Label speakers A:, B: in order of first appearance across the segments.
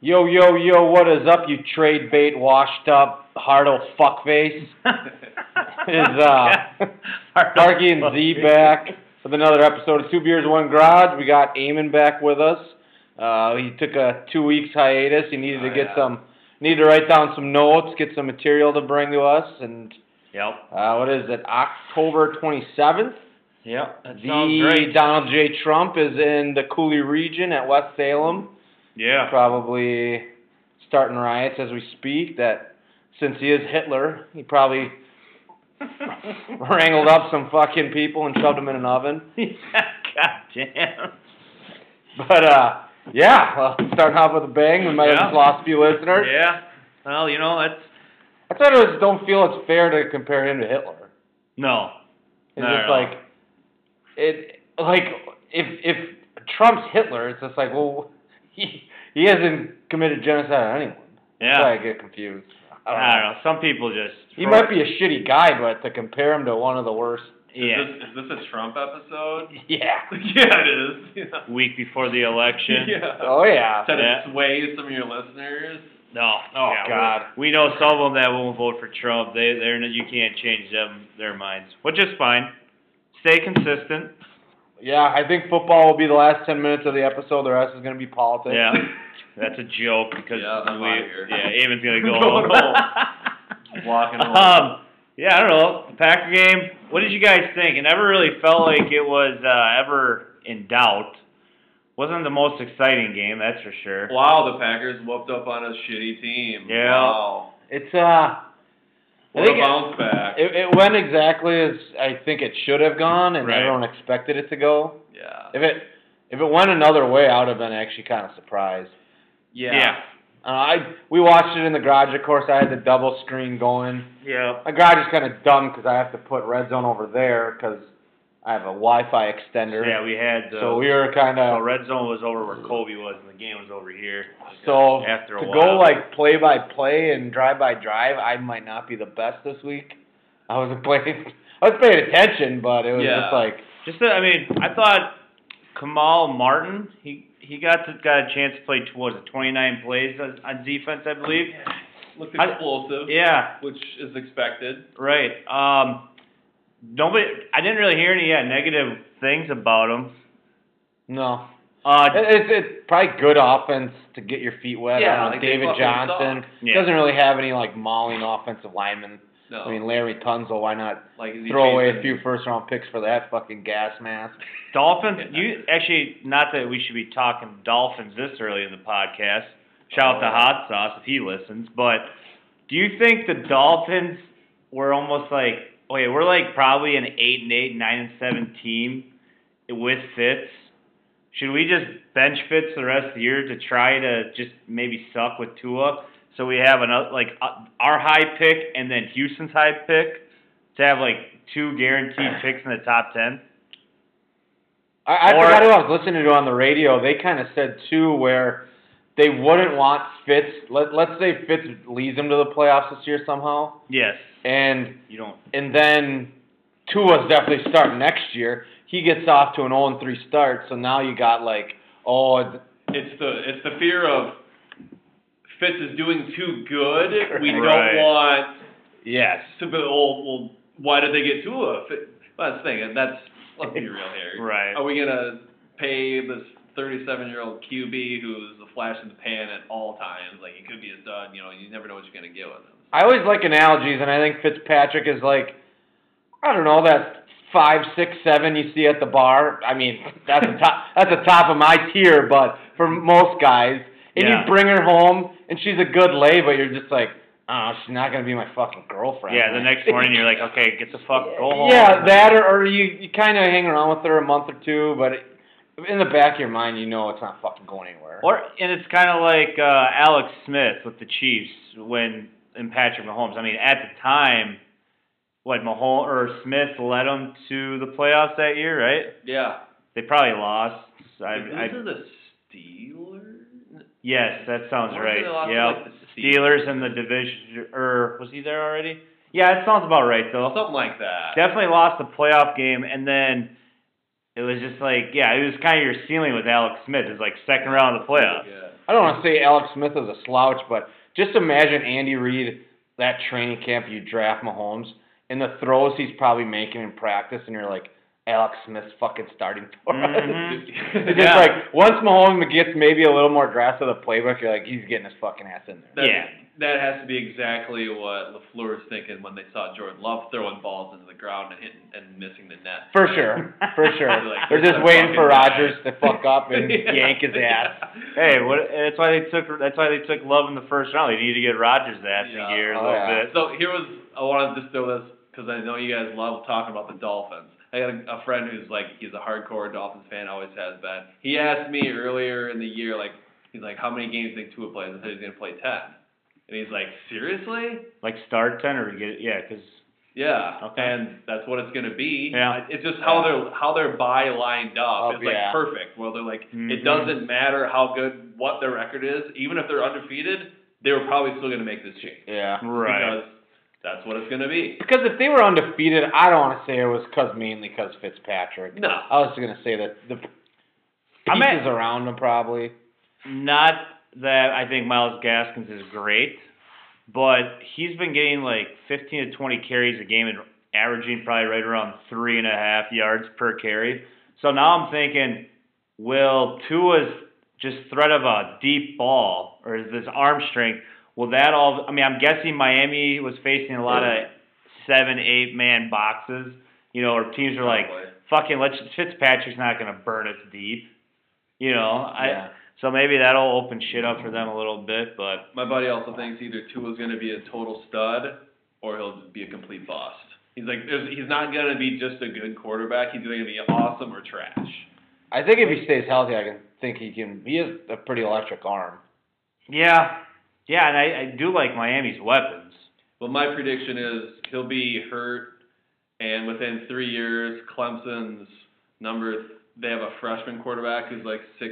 A: Yo, yo, yo, what is up, you trade bait, washed up, hardo fuckface? Is, uh, Darky and Z back with another episode of Two Beers, One Garage. We got Eamon back with us. Uh, he took a two weeks hiatus. He needed to
B: Oh,
A: get
B: yeah.
A: some, needed to write down some notes, get some material to bring to us. And
B: Yep.
A: uh, what is it, October 27th?
B: Yep. That sounds
A: The
B: great.
A: Donald J. Trump is in the Cooley region at West Salem
B: Yeah.
A: probably starting riots as we speak. That since he is Hitler, he probably wrangled up some fucking people and shoved them in an oven.
B: God damn.
A: But uh, yeah, well, starting off with a bang. We might have
B: Yeah.
A: just lost a few listeners.
B: Yeah. Well, you know that's
A: I thought it was don't feel it's fair to compare him to Hitler.
B: no.
A: It's
B: Not at
A: just
B: all.
A: like it, like if if Trump's Hitler, it's just like well, he he hasn't committed genocide on anyone.
B: Yeah.
A: That's why I get confused. I don't know.
B: I don't know. Some people just.
A: uh, He might be a shitty guy, but to compare him to one of the worst,
C: Is,
B: Yeah.
C: this, is this a Trump episode?
A: yeah.
C: yeah, it is. Yeah.
B: Week before the election.
C: yeah.
A: Oh yeah.
C: Trying
B: Yeah.
C: to sway some of your listeners.
B: No.
A: Oh,
B: Yeah, we-
A: God.
B: We, know some of them that won't vote for Trump. They they're n- you can't change them their minds, which is fine. Stay consistent.
A: Yeah, I think football will be the last ten minutes of the episode. The rest is gonna be politics.
B: Yeah. That's a joke because
C: Yeah, I'm
B: we,
C: outta here.
B: yeah, Eamon's gonna go
C: Going home. Walking home.
B: Um, yeah, I don't know. The Packer game. What did you guys think? It never really felt like it was uh, ever in doubt. Wasn't the most exciting game, that's for sure.
C: Wow, the Packers whooped up on a shitty team.
B: Yeah.
C: Wow.
A: It's uh,
C: What
A: think
C: a
A: it-
C: bounce back.
A: it, it went exactly as I think it should have gone, and
B: Right.
A: everyone expected it to go.
C: yeah.
A: If it if it went another way, I would have been actually kind of surprised.
C: Yeah.
A: Uh, I we watched it in the garage. Of course, I had the double screen going.
B: Yeah.
A: My garage is kind of dumb because I have to put red zone over there because I have a Wi-Fi extender.
B: Yeah, we had the
A: So we were kind
B: so
A: of
B: red zone was over where Kobe was and the game was over here.
A: so
B: After a
A: to go
B: while.
A: like play by play and drive by drive. I might not be the best this week. I wasn't playing. I was paying attention, but it was
C: Yeah.
A: just like
B: Just that, I mean, I thought Kamal Martin, he he got to, got a chance to play tw- what was it, twenty nine plays on, on defense, I believe.
C: Looked
B: I-
C: explosive,
B: Yeah.
C: which is expected.
B: Right. Um, nobody. I didn't really hear any yeah, negative things about him.
A: no.
B: Uh,
A: It- It's it's probably good offense to get your feet wet. I
C: Yeah,
A: don't know,
C: like they
A: David
C: fucking
A: Johnson
B: Yeah.
A: doesn't really have any like mauling offensive linemen.
C: No.
A: I mean Larry Tunzel. Why not
C: like, is he
A: throw away a
C: chasing-
A: few first round picks for that fucking gas mask?
B: Dolphins.
C: yeah.
B: You actually not that we should be talking Dolphins this early in the podcast. Shout out to
A: Oh.
B: Hot Sauce if he listens. But do you think the Dolphins were almost like wait, we're like probably an eight and eight, nine and seven team with Fitz? Should we just bench Fitz the rest of the year to try to just maybe suck with Tua? So we have another like uh, our high pick and then Houston's high pick to have like two guaranteed picks in the top ten.
A: I, I
B: Or-
A: forgot who I was listening to on the radio. They kind of said too where they wouldn't want Fitz. Let let's say Fitz leads them to the playoffs this year somehow,
B: Yes.
A: and
B: You don't.
A: and then Tua's definitely starting next year. He gets off to an 0 3 start, so now you got like oh it's-
C: It's the it's the fear of Fitz is doing too good. We don't
B: Right.
C: want
A: yes.
C: to be. Well, well, why did they get Tua? Fit- Well, That's the thing. and That's let's be real here.
B: Right.
C: Are we gonna pay this 37 year old QB who's a flash in the pan at all times? Like he could be a stud. You know, you never know what you're gonna get with him.
A: I always like analogies, and I think Fitzpatrick is like I don't know that five six seven you see at the bar. I mean that's a top that's the top of my tier, but for most guys, and
B: Yeah.
A: you bring her home, and she's a good lay, but you're just like. Oh, she's not gonna be my fucking girlfriend.
B: Yeah, the next morning you're like, okay, get the fuck, go home.
A: Yeah, that or, or you you kind of hang around with her a month or two, but it, in the back of your mind you know it's not fucking going anywhere.
B: Or and it's kind of like uh, Alex Smith with the Chiefs when and Patrick Mahomes. I mean, at the time, what Mahomes or Smith led them to the playoffs that year, right?
C: Yeah.
B: They probably lost. I, I,
C: These are the Steelers.
B: yes, that sounds
C: Weren't
B: right.
C: they the last
B: Yeah,
C: one, like, the Steelers?
B: Steelers in the division, or was he there already? Yeah, it sounds about right though.
C: Something like that.
B: Definitely lost the playoff game, and then It was just like, yeah, it was kind of your ceiling with Alex Smith. It's like second round of the playoffs.
C: Yeah.
A: I don't want to say Alex Smith is a slouch, but just imagine Andy Reid that training camp you draft Mahomes and the throws he's probably making in practice, and you're like, Alex Smith's fucking starting for us.
C: Mm-hmm.
B: Mhm.
A: Mm-hmm. It's
B: Yeah.
A: just like once Mahomes gets maybe a little more grasp of the playbook, you're like, he's getting his fucking ass in there.
C: That,
B: Yeah.
C: That has to be exactly what Lafleur was thinking when they saw Jordan Love throwing balls into the ground and hitting and missing the net.
A: For sure, for
C: They're
A: sure.
C: like,
A: They're
C: "This
A: just
C: is
A: waiting for
C: fucking guy."
A: Rodgers to fuck up and
C: Yeah.
A: yank his ass.
B: Hey, what? That's why they took. That's why they took Love in the first round. They need to get Rogers that
C: Yeah.
B: in gear a
A: Oh,
B: little
A: yeah.
B: bit.
C: So here was I wanted to just throw this because I know you guys love talking about the Dolphins. I got a, a friend who's like he's a hardcore Dolphins fan, always has been. He asked me earlier in the year, like he's like, how many games do you think Tua plays? I said he's gonna play ten, and he's like, seriously?
B: Like start ten or get yeah, because
C: Yeah.
B: Okay.
C: And that's what it's gonna be.
B: Yeah. Oh,
C: It's just how their how their buy lined
A: Up,
C: up is like
A: yeah.
C: perfect. Well, they're like
B: Mhm.
C: it doesn't matter how good what their record is, even if they're undefeated, they were probably still gonna make this change
A: Yeah.
B: right.
C: because that's what it's gonna be.
A: Because if they were undefeated, I don't want to say it was cause mainly because Fitzpatrick.
C: No.
A: I was just gonna say that the pieces
B: I meant-
A: around him probably.
B: Not that I think Miles Gaskins is great, but he's been getting like 15 to 20 carries a game and averaging probably right around three and a half yards per carry. So now I'm thinking, will Tua's just threat of a deep ball or is this arm strength? Will that all? I mean, I'm guessing Miami was facing a lot of seven, eight man boxes. You know, or teams are like,
C: Probably.
B: fucking, let's Fitzpatrick's not gonna burn us deep. You know, I.
A: yeah.
B: So maybe that'll open shit up for them a little bit, but
C: My buddy also thinks either Tua's going to be a total stud or he'll be a complete bust. He's like, there's, he's not going to be just a good quarterback. He's going to be awesome or trash.
A: I think if he stays healthy, I can think he can. He has a pretty electric arm.
B: yeah, yeah, and I, I do like Miami's weapons.
C: But my prediction is he'll be hurt, and within three years, Clemson's number, they have a freshman quarterback who's like 6'6",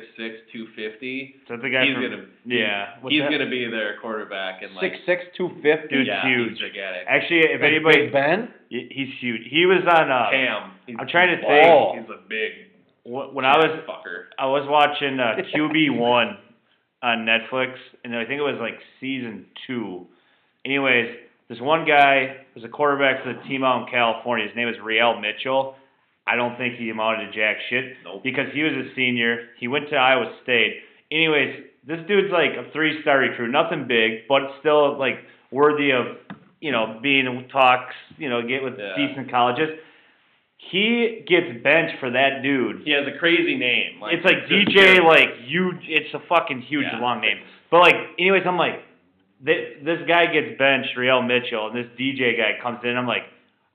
C: 250.
B: So the guy
C: He's
B: from
C: gonna-
B: yeah, what's
C: he's
B: that?
C: going to be their quarterback. And like,
A: Six six two fifty.
B: Dude,
C: yeah,
B: huge.
C: He's gigantic.
B: actually if anybody
A: Big Ben.
B: y- he's huge. He was on uh
C: Cam. He's,
B: I'm trying to
C: he's
B: think.
C: big. He's a big
B: wh- when I was
C: fucker.
B: I was watching uh, QB one on Netflix, and I think it was like season two. Anyways, this one guy was a quarterback for the team out in California. His name is Riel Mitchell. I don't think he amounted to jack shit.
C: Nope.
B: because he was a senior. He went to Iowa State. Anyways, this dude's like a three star recruit, nothing big, but still like worthy of you know being in talks, you know, get with
C: Yeah.
B: decent colleges. He gets benched for that dude.
C: He has a crazy name.
B: it's like
C: just
B: DJ,
C: weird.
B: like huge. It's a fucking huge
C: Yeah.
B: long name. But like, anyways, I'm like, th- this guy gets benched, Riel Mitchell, and this DJ guy comes in. I'm like,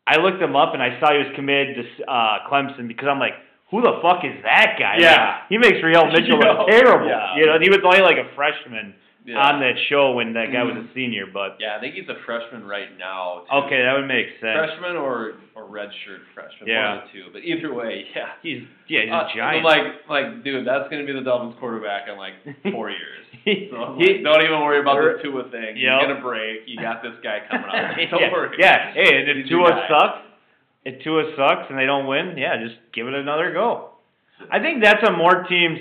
B: I looked him up and I saw he was committed to uh, Clemson because I'm like, who the fuck is that guy?
C: Yeah.
B: Like, he makes Riel Mitchell look
C: Yeah.
B: terrible.
C: Yeah.
B: You know, and he was only like a freshman
C: Yeah. Mm.
B: on that show when that guy was a senior. But
C: Yeah, I think he's a freshman right now. too.
B: okay, that would make sense.
C: Freshman or or redshirt freshman,
B: Yeah.
C: one of the two. But either way, yeah.
B: He's yeah, he's
C: Uh,
B: a giant.
C: Like like dude, that's gonna be the Dolphins quarterback in like four years. So I'm
B: He-
C: like, don't even worry about
B: We're-
C: the Tua thing.
B: Yep.
C: You're gonna break. You got this guy coming up. Don't
B: yeah.
C: worry.
B: Yeah. Hey, and if
C: He's your
B: Tua
C: guy.
B: sucks, if Tua sucks and they don't win, yeah, just give it another go. I think that's what more teams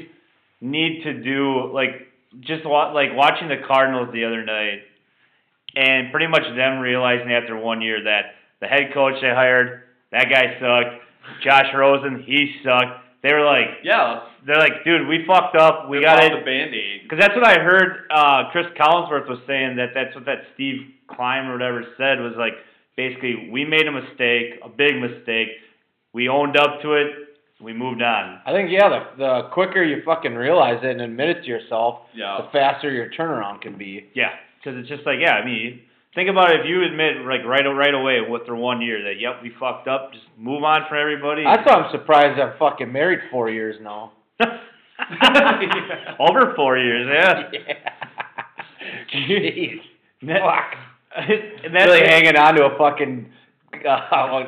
B: need to do. Like just wa- like watching the Cardinals the other night, and pretty much them realizing after one year that the head coach they hired, that guy sucked. Josh Rosen, he sucked. They were like,
C: Yeah.
B: they're like, dude, we fucked up. We
C: rip
B: got
C: off
B: it.
C: the band aid.
B: Because that's what I heard uh, Chris Collinsworth was saying that that's what that Steve Klein or whatever said was like basically we made a mistake, a big mistake. We owned up to it. We moved on.
A: I think yeah. The the quicker you fucking realize it and admit it to yourself, the
C: Yeah.
A: faster your turnaround can be.
B: Yeah, because it's just like yeah. I mean, think about it. If you admit like right right away after one year that yep we fucked up, just move on for everybody.
A: That's why I'm surprised I'm fucking married four years now.
B: Over four years, yeah.
A: Jeez.
B: That-
A: Fuck.
B: and that's
A: really hanging on to a fucking uh,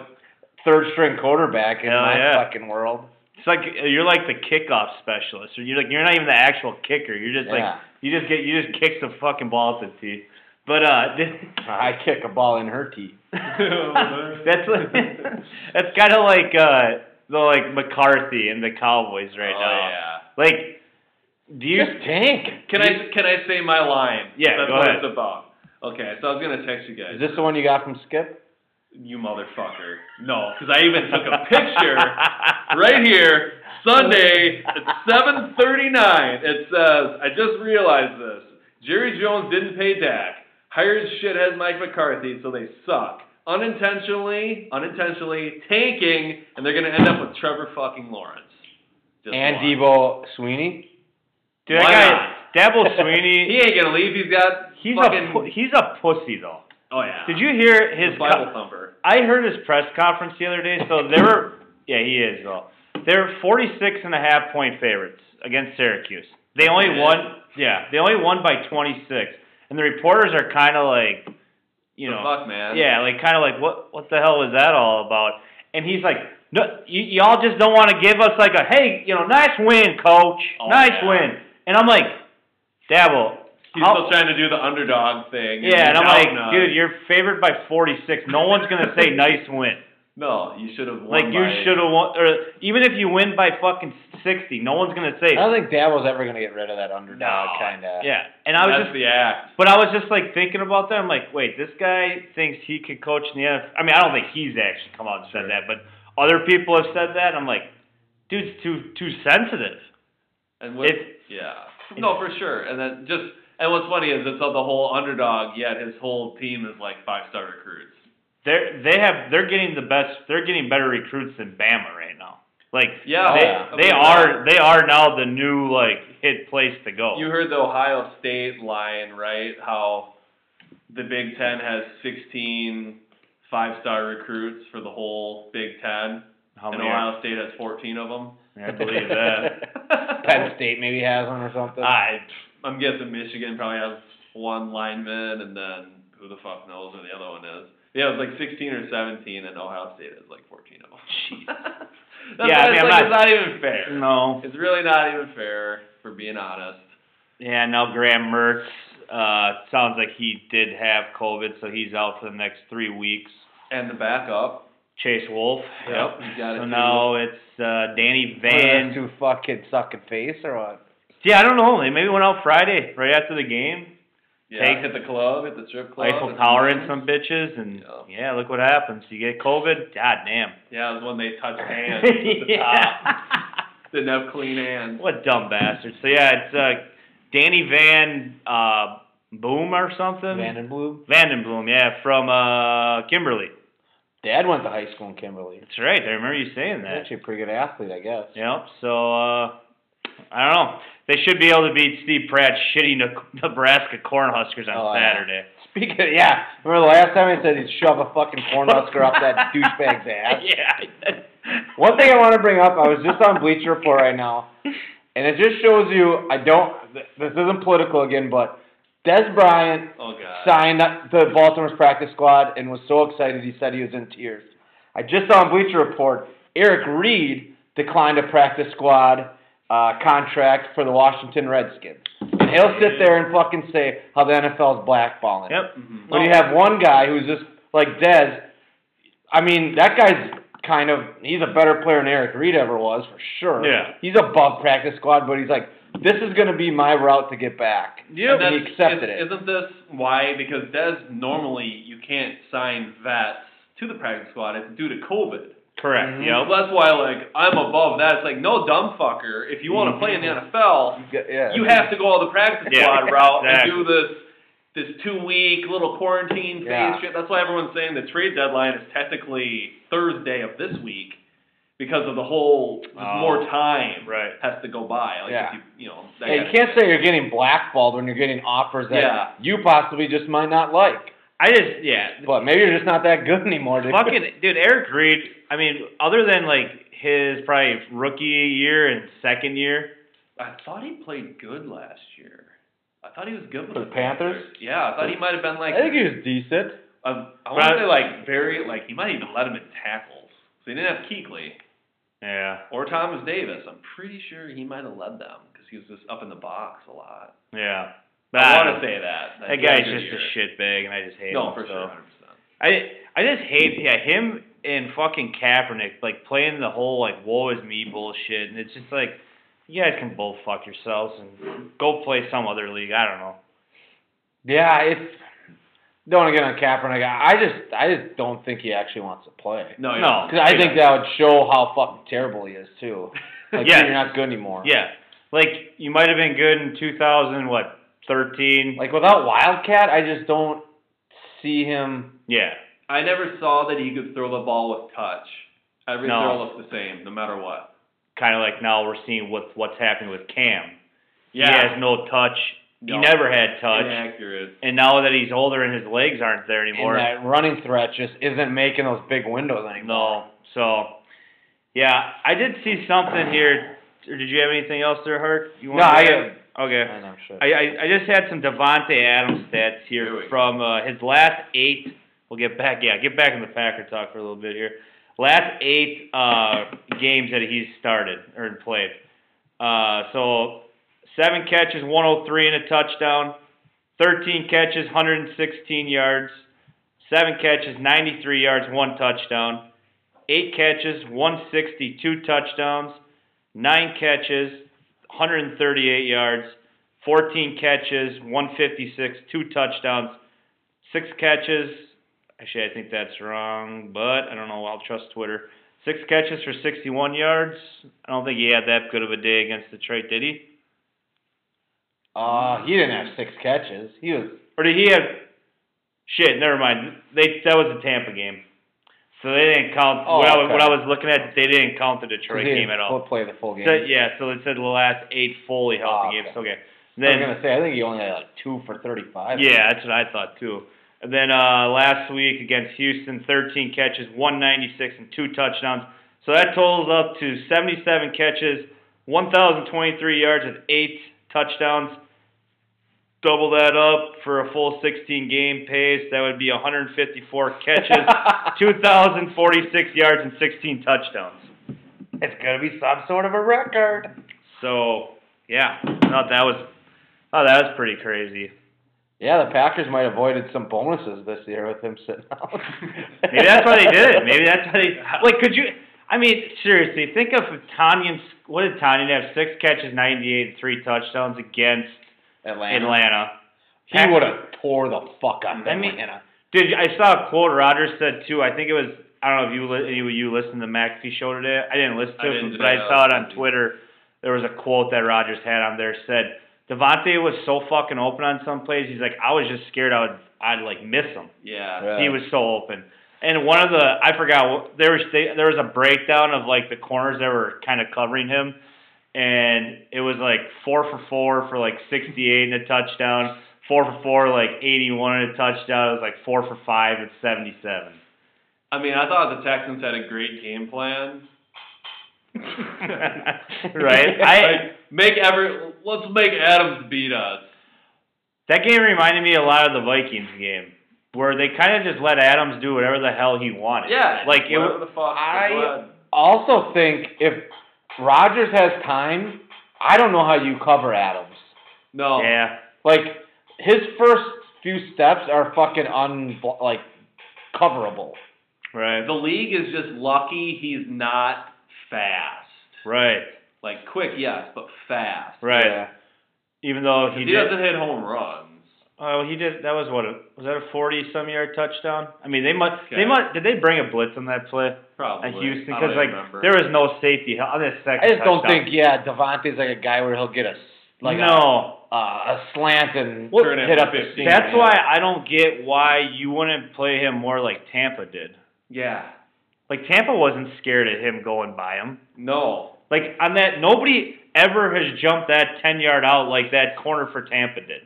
A: third string quarterback in
B: Hell
A: my
B: yeah.
A: fucking world.
B: It's like you're like the kickoff specialist, or you're like you're not even the actual kicker. You're just like
A: Yeah.
B: you just get you just kick the fucking ball at the tee. But uh,
A: I kick a ball in her teeth.
B: that's like, that's kind of like uh, the like McCarthy and the Cowboys right
C: oh,
B: now.
C: yeah.
B: Like, do you?
A: Just tank.
C: Can I can I say my line?
B: Yeah,
C: that's
B: go
C: what
B: ahead.
C: it's about. Okay, so I was gonna text you guys.
A: Is this the one you got from Skip?
C: you motherfucker. No, because I even took a picture right here Sunday at 7:39. It says, "I just realized this. Jerry Jones didn't pay Dak. Hired shithead Mike McCarthy, so they suck. Unintentionally, unintentionally tanking, and they're gonna end up with Trevor fucking Lawrence Just
A: and
C: why?
A: Debo Sweeney.
B: Dude,
C: Why
B: that
C: not?
B: guy Dabble
C: He
B: Sweeney.
C: ain't gonna leave. He's got
B: He's
C: fucking.
B: a pu- he's a pussy though.
C: oh yeah.
B: Did you hear his?
C: He's
B: co-
C: Bible thumper?
B: I heard his press conference the other day. So there were, yeah, he is though. They were 46 and a half point favorites against Syracuse. They only
C: Yeah.
B: won, yeah, they only won by 26. And the reporters are kind of like, you
C: The
B: know,
C: fuck, man.
B: yeah, like kind of like what what the hell was that all about? And he's like, no, y- y'all just don't want to give us like a hey, you know, nice win, coach,
C: Oh,
B: nice
C: yeah.
B: win. And I'm like, Dabble,
C: He's
B: how-
C: still trying to do the underdog thing.
B: yeah, and I'm
C: down uh,
B: like,
C: on-
B: dude, you're favored by 46. No one's gonna say nice win.
C: No, you should have won.
B: Like you
C: by-
B: should have won, or even if you win by fucking 60, no one's gonna say.
A: I don't think Dabo's ever gonna get rid of that underdog
C: No.
A: kind of.
B: Yeah, and I was
C: That's
B: just
C: the act.
B: But I was just like thinking about that. I'm like, wait, this guy thinks he could coach in the NFL. I mean, I don't think he's actually come out and said that, but other people have said that. I'm like, dude's too too sensitive.
C: And what,
B: If-
C: yeah, no, for sure. And then just and what's funny is it's of the whole underdog. Yet his whole team is like five star recruits.
B: They're they have they're getting the best. They're getting better recruits than Bama right now. Like,
C: Yeah,
B: they,
A: yeah.
B: they are they are now the new like hit place to go.
C: You heard the Ohio State line, right? How the Big Ten has 16 five star recruits for the whole Big Ten,
B: How
C: and
B: many? are-
C: Ohio State has 14 of them.
B: I believe that.
A: Penn State maybe has one or something.
B: Ah,
C: I, I'm guessing Michigan probably has one lineman, and then who the fuck knows who the other one is. Yeah, it was like 16 or 17, and Ohio State has like 14 of them. That's
B: Yeah, I
C: why it's
B: mean, I'm
C: like,
B: not-
C: it's not even fair.
B: No.
C: It's really not even fair, for being honest.
B: Yeah, now Graham Mertz uh, sounds like he did have COVID, so he's out for the next three weeks.
C: And the backup,
B: Chase Wolf.
C: Yep, he's got it
B: So
C: too.
B: now it's uh, Danny
A: One of those
B: Van.
A: two fuck kids sucking face or what?
B: Yeah, I don't know. They maybe went out Friday right after the game.
C: yeah,
B: Take-
C: hit the club, hit the strip club.
B: Eiffel
C: and-
B: Tower and some bitches, and
C: Yeah.
B: yeah, look what happens. You get COVID. God damn.
C: Yeah, it was when they touched hands. at the top. Didn't have clean hands.
B: What dumb bastard. So yeah, it's uh, Danny Van uh, Boom or something.
A: Vandenbloom.
B: Vandenbloom, yeah, from uh, Kimberly.
A: Dad went to high school in Kimberly.
B: That's right. I remember you saying
A: He's
B: that.
A: actually a pretty good athlete, I guess.
B: Yep. So uh, I don't know. They should be able to beat Steve Pratt's shitty Ne- Nebraska Cornhuskers on
A: Oh, yeah.
B: Saturday.
A: Speaking of, yeah, remember the last time I said he'd shove a fucking cornhusker up that douchebag's ass?
B: yeah.
A: One thing I want to bring up, I was just on Bleacher Report right now, and it just shows you, I don't, th- this isn't political again, but Des Bryant
C: Oh god.
A: signed up the Baltimore's practice squad and was so excited he said he was in tears. I just saw on Bleacher Report, Eric Reed declined a practice squad uh, contract for the Washington Redskins. And he'll sit there and fucking say how the NFL's blackballing.
B: Yep.
C: Mhm.
A: When you have one guy who's just like Dez, I mean, that guy's kind of he's a better player than Eric Reed ever was for sure.
B: Yeah.
A: He's above practice squad, but he's like, This is gonna be my route to get back. And
C: And
A: he
C: that's-
A: accepted
C: is-
A: it.
C: Isn't this why? Because Des normally you can't sign vets to the practice squad. It's due to COVID.
B: Correct.
A: Mhm.
B: Yep.
C: So that's why, like, I'm above that. It's like, no, dumb fucker. If you want to play in the
A: Mm-hmm.
C: NFL,
A: You got- yeah.
C: you have to go all the practice
B: Yeah,
C: squad route
B: exactly.
C: and do this this two week little quarantine phase
A: Yeah.
C: shit. That's why everyone's saying the trade deadline is technically Thursday of this week because of the whole just
B: Oh.
C: more time
B: Right.
C: has to go by. Like,
A: Yeah.
C: if you, you know, that
A: Yeah, you
C: kinda
A: can't
C: shit.
A: say you're getting blackballed when you're getting offers that
C: Yeah.
A: you possibly just might not like.
B: I just yeah.
A: But maybe you're just not that good anymore. dude.
B: Fucking dude, Eric Reed. I mean, other than like his probably rookie year and second year.
C: I thought he played good last year. I thought he was good with
A: For
C: the
A: the Panthers?
C: Yeah, I thought he might have been like
A: I think he was decent.
C: a, I want to say like very like he might even let him in tackles. So he didn't have Keekley
B: Yeah.
C: or Thomas Davis. I'm pretty sure he might have led them because he was just up in the box a lot.
B: Yeah.
C: I want to say that.
B: that
C: he had
B: guy's
C: good
B: just
C: year.
B: a shitbag, and I just hate him.
C: No, for
B: so.
C: sure, 100. percent
B: I I just hate yeah him and fucking Kaepernick like playing the whole like woe is me bullshit, and it's just like you guys can both fuck yourselves and go play some other league. I don't know.
A: Yeah, it's don't want to get on Kaepernick. I I just I just don't think he actually wants to play.
C: No,
B: No.
C: yeah.
A: 'Cause I think that would show how fucking terrible he is too. Like
B: Yes.
A: you're not good anymore.
B: Yeah, like you might have been good in 2000 what 13.
A: Like without Wildcat, I just don't see him.
B: yeah,
C: I never saw that he could throw the ball with touch. Every
B: No.
C: throw looked the same, no matter what.
B: kind of like now we're seeing what what's happening with Cam. He has no touch.
C: No.
B: He never had touch.
C: Inaccurate.
B: And now that he's older and his legs aren't there
A: And
B: anymore,
A: that running threat just isn't making those big windows anymore.
B: no. So, yeah, I did see something here. Or did you have anything else there, Hart? You
A: No, I-
B: I okay.
A: I know, shit.
B: I, I I just had some Devonte Adams stats
C: Here we
B: here
C: go.
B: from uh, his last eight. We'll get back, yeah, get back in the Packer talk for a little bit here. Last eight uh, games that he's started or played. Uh, so seven catches, 103 and a touchdown. 13 catches, 116 yards. Seven catches, 93 yards, one touchdown. Eight catches, 160, two touchdowns. Nine catches, 138 yards. 14 catches, 156, two touchdowns, six catches. Actually, I think that's wrong, but I don't know. I'll trust Twitter. Six catches for 61 yards. I don't think he had that good of a day against Detroit, did he?
A: Uh, he didn't have six catches. He was
B: Or did he have? Shit, never mind. They that was the Tampa game, so they didn't count.
A: Oh,
B: what, I, was-
A: okay.
B: what I was looking at, they didn't count the
A: 'cause
B: Detroit
A: he
B: game at all.
A: Play the full game.
B: So, yeah, so it said the last eight fully healthy
A: Oh,
B: games.
A: okay.
B: Okay.
A: I was
B: Then
A: gonna say I think he only had like two for thirty-five.
B: Yeah, that's what I thought too. And then uh, last week against Houston, 13 catches, 196, and two touchdowns. So that totals up to 77 catches, 1,023 yards, and eight touchdowns. Double that up for a full 16 game pace. That would be 154 catches, 2,046 yards, and 16 touchdowns.
A: it's gonna be some sort of a record.
B: So yeah, I thought that was, oh, that was pretty crazy.
A: Yeah, the Packers might have avoided some bonuses this year with him sitting out.
B: Maybe that's why they did it. Maybe that's why they like. Could you? I mean, seriously, think of if Tanyan. What did Tanyan have? Six catches, ninety-eight, and three touchdowns against
A: Atlanta.
B: Atlanta.
A: He would have tore the fuck out of
B: I mean-
A: Atlanta.
B: Did you- I saw a quote Rogers said too? I think it was. I don't know if you li- any of you listened to the McAfee show today. I didn't listen
C: I
B: to
C: didn't
B: it, but I
C: today.
B: saw it
C: I was
B: on
C: busy.
B: Twitter. There was a quote that Rogers had on there said Devontae was so fucking open on some plays. He's like, I was just scared I would I'd like miss him.
C: Yeah.
A: Yeah.
B: He was so open. And one of the I forgot what- there was they, there was a breakdown of like the corners that were kind of covering him, and it was like four for four for like sixty eight and a touchdown, four for four like eighty one and a touchdown. It was like four for five and seventy seven.
C: I mean, I thought the Texans had a great game plan.
B: right? I
C: Like, make every let's make Adams beat us.
B: that game reminded me a lot of the Vikings game where they kind of just let Adams do whatever the hell he wanted.
C: Yeah.
B: like it.
C: whatever
B: was
C: the fuck.
A: I-
C: blood.
A: Also, think if Rodgers has time, I don't know how you cover Adams.
C: No.
B: Yeah.
A: Like his first few steps are fucking un like coverable.
B: Right.
C: The league is just lucky he's not fast.
B: Right.
C: Like quick, yes, but fast.
B: Right.
A: Yeah.
B: Even though
C: He,
B: he did.
C: doesn't hit home runs.
B: Oh, he did. That was what a, was that a forty-some yard touchdown? I mean, they must. They
C: Okay.
B: must. Did they bring a blitz on that play
C: Probably.
B: at Houston?
C: I
B: Because
C: don't
B: like
C: remember.
B: there was no safety on this second.
A: I just don't
B: touchdown.
A: think yeah Devontae's like a guy where he'll get a s- like a,
B: no.
A: uh, a slant and
B: Well,
C: Turn it
A: hit up the
C: 15.
A: seam.
B: That's why I don't get why you wouldn't play him more like Tampa did.
C: Yeah.
B: Like Tampa wasn't scared of him going by him.
C: No.
B: Like on that, nobody ever has jumped that ten yard out like that corner for Tampa did.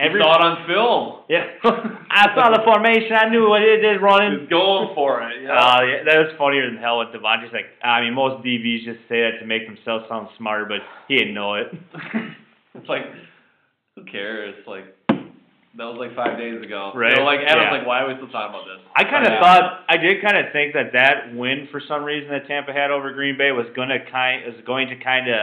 C: Every, saw it on film.
B: yeah, I saw the formation. I knew what it is running.
C: He's going for it. Yeah.
B: Uh, yeah, that was funnier than hell with Devontae's like, I mean, most DBs just say that to make themselves sound smarter, but he didn't know it.
C: it's like, who cares? Like, that was like five days ago. You
B: Right.
C: know, like Adam's
B: Yeah.
C: like, why are we still talking about this?
B: I kind of
C: Yeah.
B: thought, I did kind of think that that win for some reason that Tampa had over Green Bay was gonna kind was going to kind of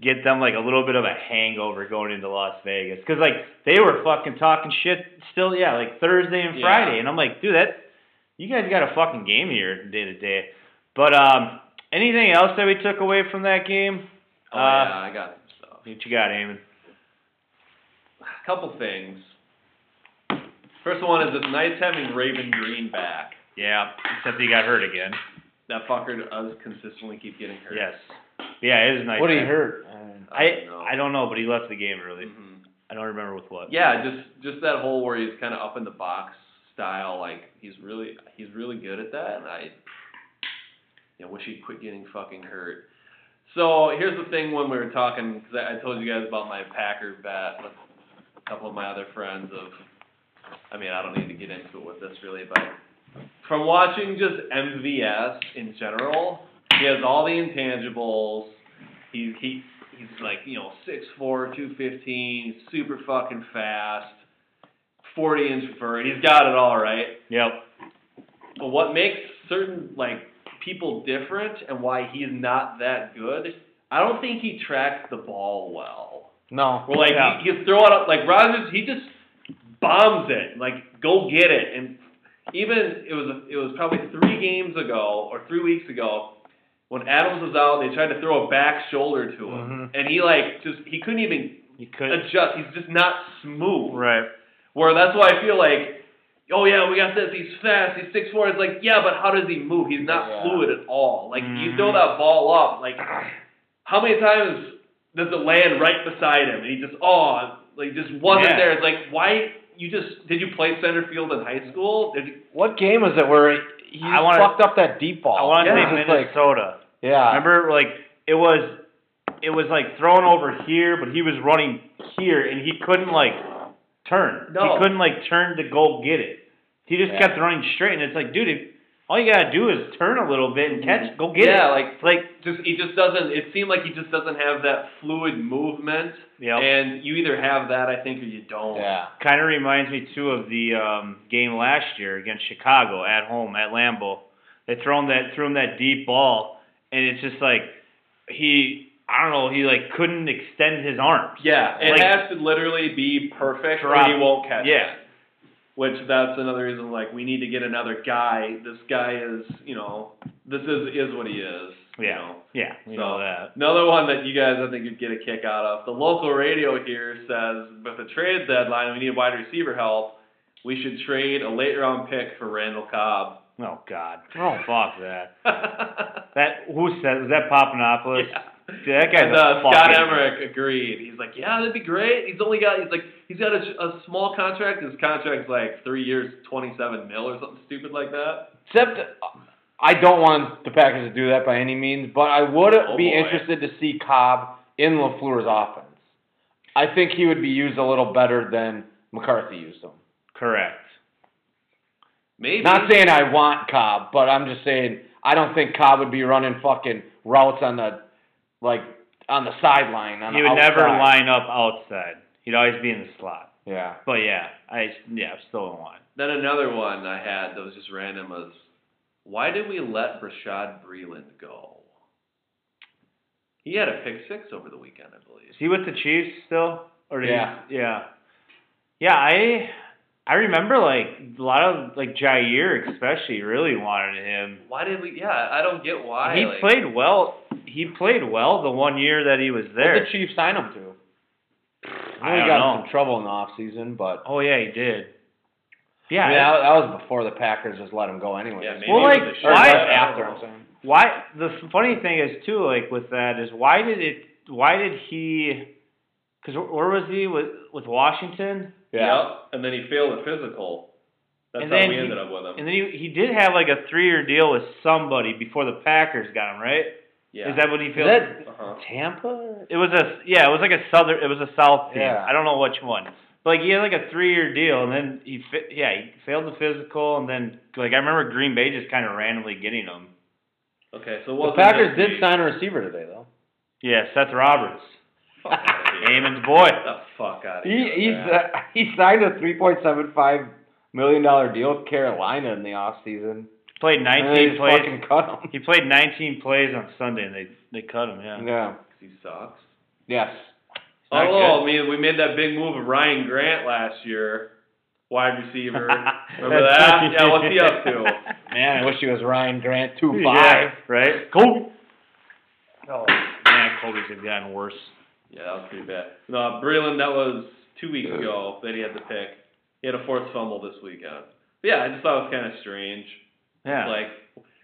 B: get them like a little bit of a hangover going into Las Vegas because like they were fucking talking shit still, yeah, like Thursday and
C: Yeah.
B: Friday, and I'm like, dude, that you guys got a fucking game here day to day. But um, anything else that we took away from that game?
C: Oh
B: Uh,
C: yeah, I got some stuff.
B: What you got, Eamon?
C: A couple things. First one is it's nice having Raven Green back.
B: Yeah, except he got hurt again.
C: That fucker does consistently keep getting hurt.
B: Yes. Yeah, it is nice.
A: What did
B: do
A: he hurt? Uh,
B: I I don't know, but he left the game early.
C: hmm
B: I don't remember with what.
C: Yeah, just just that whole where he's kind of up in the box style. Like he's really he's really good at that, and I you know, wish he'd quit getting fucking hurt. So here's the thing: when we were talking, because I, I told you guys about my Packer bet with a couple of my other friends. Of, I mean, I don't need to get into it with this really, but from watching just MVS in general, he has all the intangibles. He's he he's like you know six four, two fifteen, super fucking fast, forty inch vert. He's got it all right.
B: Yep.
C: But what makes certain like people different and why he's not that good, I don't think he tracks the ball well.
A: No.
C: Or like
B: Yeah.
C: he, he'll throw it up like Rogers, he just bombs it. Like go get it. And even it was it was probably three games ago or three weeks ago when Adams was out, they tried to throw a back shoulder to him,
A: Mhm.
C: and he like just he couldn't even
B: You could.
C: adjust. He's just not smooth.
B: Right.
C: Where that's why I feel like, oh yeah, we got this. He's fast. He's six four. It's like, yeah, but how does he move? He's not
A: Yeah.
C: fluid at all. Like you throw
B: Mhm.
C: that ball up, like how many times does it land right beside him? And he just oh, like just wasn't
B: Yeah.
C: there. It's like why you just did you play center field in high school? Did you,
A: What game was it where he
B: I wanna-
A: fucked up that deep ball?
B: I want to
C: Yeah.
B: say
A: It was just like, Ah.
B: Minnesota.
A: yeah.
B: Remember, like it was, it was like thrown over here, but he was running here, and he couldn't like turn.
C: No.
B: He couldn't like turn to go get it. He just
A: Yeah.
B: kept running straight, and it's like, dude, if, all you gotta do is turn a little bit and catch, go get
C: yeah,
B: it.
C: like
B: It's like,
C: just he just doesn't. It seemed like he just doesn't have that fluid movement.
B: yeah,
C: And you either have that, I think, or you don't.
A: Yeah.
B: kind of reminds me too of the um, game last year against Chicago at home at Lambeau. They thrown that threw him that deep ball, and it's just like he. I don't know. He like couldn't extend his arms.
C: Yeah, it
B: Like-
C: has to literally be perfect, or
B: Drop.
C: he won't catch
B: Yeah.
C: it. Which that's another reason, like we need to get another guy. This guy is, you know, this is is what he is. You
B: Yeah.
C: know.
B: Yeah, we
C: So-
B: know that.
C: Another one that you guys I think would get a kick out of. The local radio here says, with the trade deadline, we need wide receiver help. We should trade a late round pick for Randall Cobb.
B: Oh God.
A: Oh.
B: fuck that.
C: yeah.
B: That who said was that Papanopoulos? Dude, that guy's
C: And,
B: a
C: uh,
B: fucking-
C: Scott Emmerich agreed. He's like, yeah, that'd be great. He's only got, he's like, he's got a, a small contract. His contract's like three years, twenty-seven mil or something stupid like that.
A: Except uh, I don't want the Packers to do that by any means, but I would
C: Oh,
A: be
C: boy.
A: interested to see Cobb in LaFleur's offense. I think he would be used a little better than McCarthy used him.
B: Correct.
C: Maybe.
A: Not saying I want Cobb, but I'm just saying I don't think Cobb would be running fucking routes on the like on the sideline. On
B: He
A: the
B: would never
A: outside.
B: line up outside. He'd always be in the slot.
A: Yeah.
B: But yeah, I yeah, I'm still in line.
C: then another one I had that was just random was, why did we let Rashad Breland go? He had a pick six over the weekend, I believe.
B: Is he with the Chiefs still? Or did he-
A: Yeah.
B: yeah. Yeah, I I remember like a lot of like Jair especially really wanted him.
C: Why did we? Yeah, I don't get why.
B: he
C: like,
B: played well. He played well the one year that he was there.
A: What did the Chiefs sign him to? I
B: I
A: know he
B: don't
A: got
B: know.
A: in some trouble in the offseason, but
B: Oh yeah, he did. Yeah.
A: I mean, that, that was before the Packers just let him go anyway.
C: Yeah, maybe
B: Well,
C: it was
B: like,
C: a
A: Or
C: shot.
B: why-
A: right
C: I don't
A: after,
C: know.
A: I'm saying.
B: why? The f- funny thing is too, like with that is why did it? Why did he? Because where was he with with Washington?
A: Yeah.
C: Yep. And then he failed the physical. That's
B: And
C: how
B: then
C: we
B: he-
C: ended up with him.
B: And then he he did have like a three year deal with somebody before the Packers got him, right?
C: yeah.
B: Is that what he
A: Is
B: feels?
A: that
C: uh-huh.
A: Tampa?
B: it was a yeah, it was like a southern. It was a south team.
A: Yeah.
B: I don't know which one. But like he had like a three year deal, and then he fi- yeah he failed the physical, and then like I remember Green Bay just kind of randomly getting him.
C: Okay, so
A: The
C: what
A: Packers did sign a receiver today, though.
B: Yeah, Seth Roberts, Amon's boy.
C: Get the fuck out of
A: He
C: here.
A: he's,
C: man.
A: uh, he signed a three point seven five million dollar deal with Carolina in the offseason.
B: Played
A: And they
B: 19
A: just
B: plays.
A: fucking cut him.
B: He played 19 plays on Sunday, and they they cut him. Yeah.
A: Yeah.
C: he sucks.
A: Yes.
B: not
C: Although, I mean, we made that big move of Ryan Grant last year, wide receiver. Remember that? Yeah, what's he up to?
A: Man, I wish he was Ryan Grant two
B: Yeah,
A: five.
B: right? Kobe. Oh, man, Kobe's have gotten worse.
C: Yeah, that was pretty bad. No, Breland, that was two weeks ago that he had the pick. He had a fourth fumble this weekend. But yeah, I just thought it was kind of strange.
B: Yeah.
C: Like,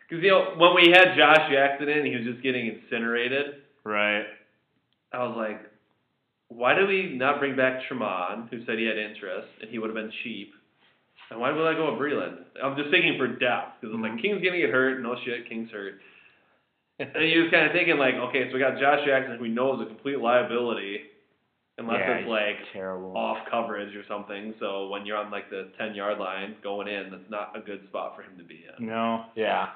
C: because, you know, when we had Josh Jackson in, he was just getting incinerated.
B: right.
C: I was like, why did we not bring back Tremont, who said he had interest, and he would have been cheap? And why did we let go of Breland? I'm just thinking for depth, because I'm
B: Mhm.
C: like, King's going to get hurt. No shit, King's hurt. And you're just kind of thinking, like, okay, so we got Josh Jackson, who we know is a complete liability, unless
B: Yeah,
C: it's
B: he's
C: like
B: Terrible.
C: off coverage or something. So when you're on like the 10 yard line going in, that's not a good spot for him to be in.
B: No.
A: Yeah.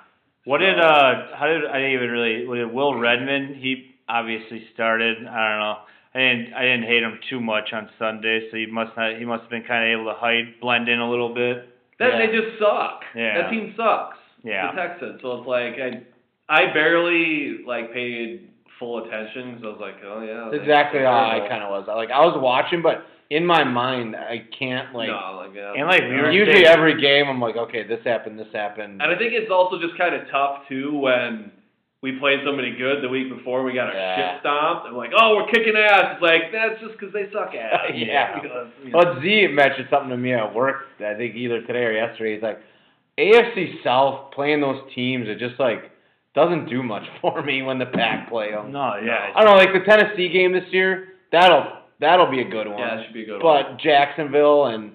B: What
C: So-
B: did uh? How did I didn't even really? What did Will Redmond? He obviously started. I don't know. I didn't. I didn't hate him too much on Sunday, so he must not. He must have been kind of able to hide, blend in a little bit.
C: That
A: Yeah.
C: they just suck.
B: Yeah.
C: That team sucks.
B: Yeah.
C: The Texans. So it's like I I barely like paid full attention because I was like, oh yeah.
A: That's exactly how I kind of was. I, like I was watching, but in my mind, I can't like.
C: no, like yeah.
B: And, like, we were-
A: Usually
B: saying-
A: every game, I'm like, okay, this happened, this happened.
C: and I think it's also just kind of tough too when we played somebody good the week before we got our
A: Yeah.
C: shit stomped. I'm like, oh, we're kicking ass. It's like that's just because they suck ass.
A: Yeah.
C: Because, you know.
A: Well, Z mentioned something to me at work. I think either today or yesterday. He's like, AFC South playing those teams. It just like doesn't do much for me when the pack play them.
B: No. Yeah.
A: I don't know, like the Tennessee game this year. That'll that'll be a good one.
C: yeah, that should be a good one.
A: but Jacksonville and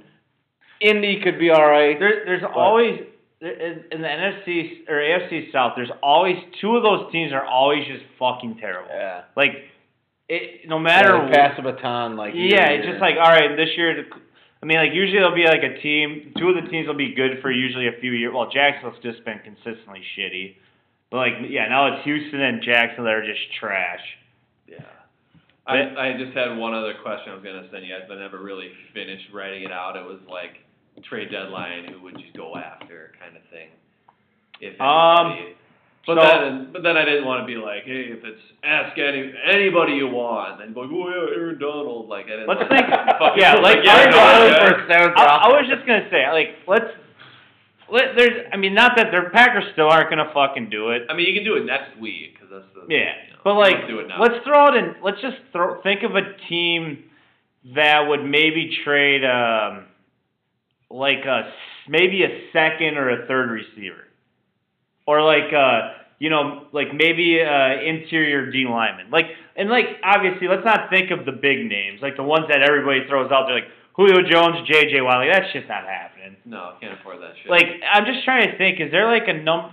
A: Indy could be all right.
B: There, there's always there- in, in the NFC or AFC South. There's always two of those teams are always just fucking terrible.
A: Yeah.
B: Like, it no
A: Yeah,
B: matter
A: they pass the baton like year
B: Yeah,
A: to
B: it's
A: year.
B: just like all right, this year. the- I mean, like usually there'll be like a team. Two of the teams will be good for usually a few years. Well, Jacksonville's just been consistently shitty, but like yeah, now it's Houston and Jacksonville that are just trash.
C: Yeah. I, I just had one other question I was gonna send you guys, but I never really finished writing it out. It was like trade deadline, who would you go after, kind of thing. If
B: Um,
C: anybody. But
B: so-
C: then, but then I didn't want to be like, hey, if it's ask any anybody you want, and be like, oh yeah, Aaron Donald. Like I didn't.
B: Let's
C: like
B: think.
C: fuck
B: yeah,
C: it.
B: like
C: yeah,
B: Aaron
C: no,
B: Donald
C: yeah.
A: for seventh
B: I, I
A: round.
B: was just gonna say like let's let there's. I mean, not that their Packers still aren't gonna fucking do it.
C: I mean, you can do it next week because that's the.
B: Yeah,
C: you know,
B: but like,
C: let's do it now.
B: let's throw out and let's just throw. Think of a team that would maybe trade, um, like a s- maybe a second or a third receiver, or like uh, you know, like maybe uh, interior D lineman. Like and like obviously, let's not think of the big names, like the ones that everybody throws out there, like Julio Jones, J.J. Watt. Like that's just not happening.
C: No, can't afford that shit.
B: Like I'm just trying to think. Is there like a num?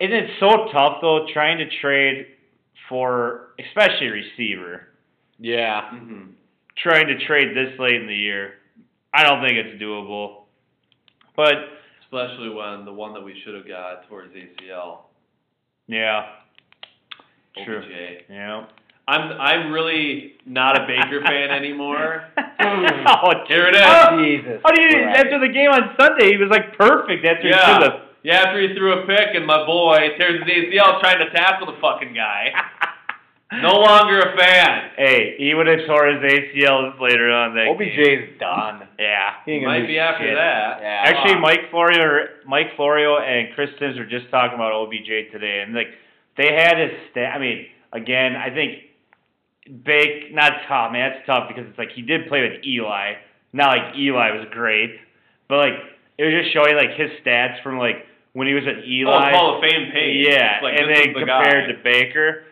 B: Isn't it so tough though trying to trade for especially receiver?
A: yeah.
C: hmm
B: Trying to trade this late in the year, I don't think it's doable. But
C: especially when the one that we should have got towards ACL.
B: yeah, Sure.
C: OBJ.
B: yeah.
C: I'm I'm really not a Baker fan anymore.
B: oh,
C: Here it is.
B: How,
A: Jesus.
B: how do you
A: Christ.
B: after the game on Sunday? He was like perfect after he threw
C: Yeah.
B: the.
C: Yeah, after he threw a pick and my boy tears his ACL trying to tackle the fucking guy. No longer a fan.
B: Hey, he would have tore his ACL later on that game.
A: OBJ's done.
B: Yeah.
A: He ain't gonna do
C: Might be after
A: shit.
C: that.
A: Yeah.
B: Actually, Mike Florio, Mike Florio, and Chris Sims were just talking about OBJ today, and like they had his stat. I mean, again, I think Bake not tough, man. That's tough because it's like he did play with Eli. Not like Eli was great, but like it was just showing like his stats from like when he was at Eli.
C: Oh, Hall of Fame page.
B: Yeah,
C: It's like,
B: and
C: this
B: then
C: is the
B: compared
C: guy.
B: to Baker,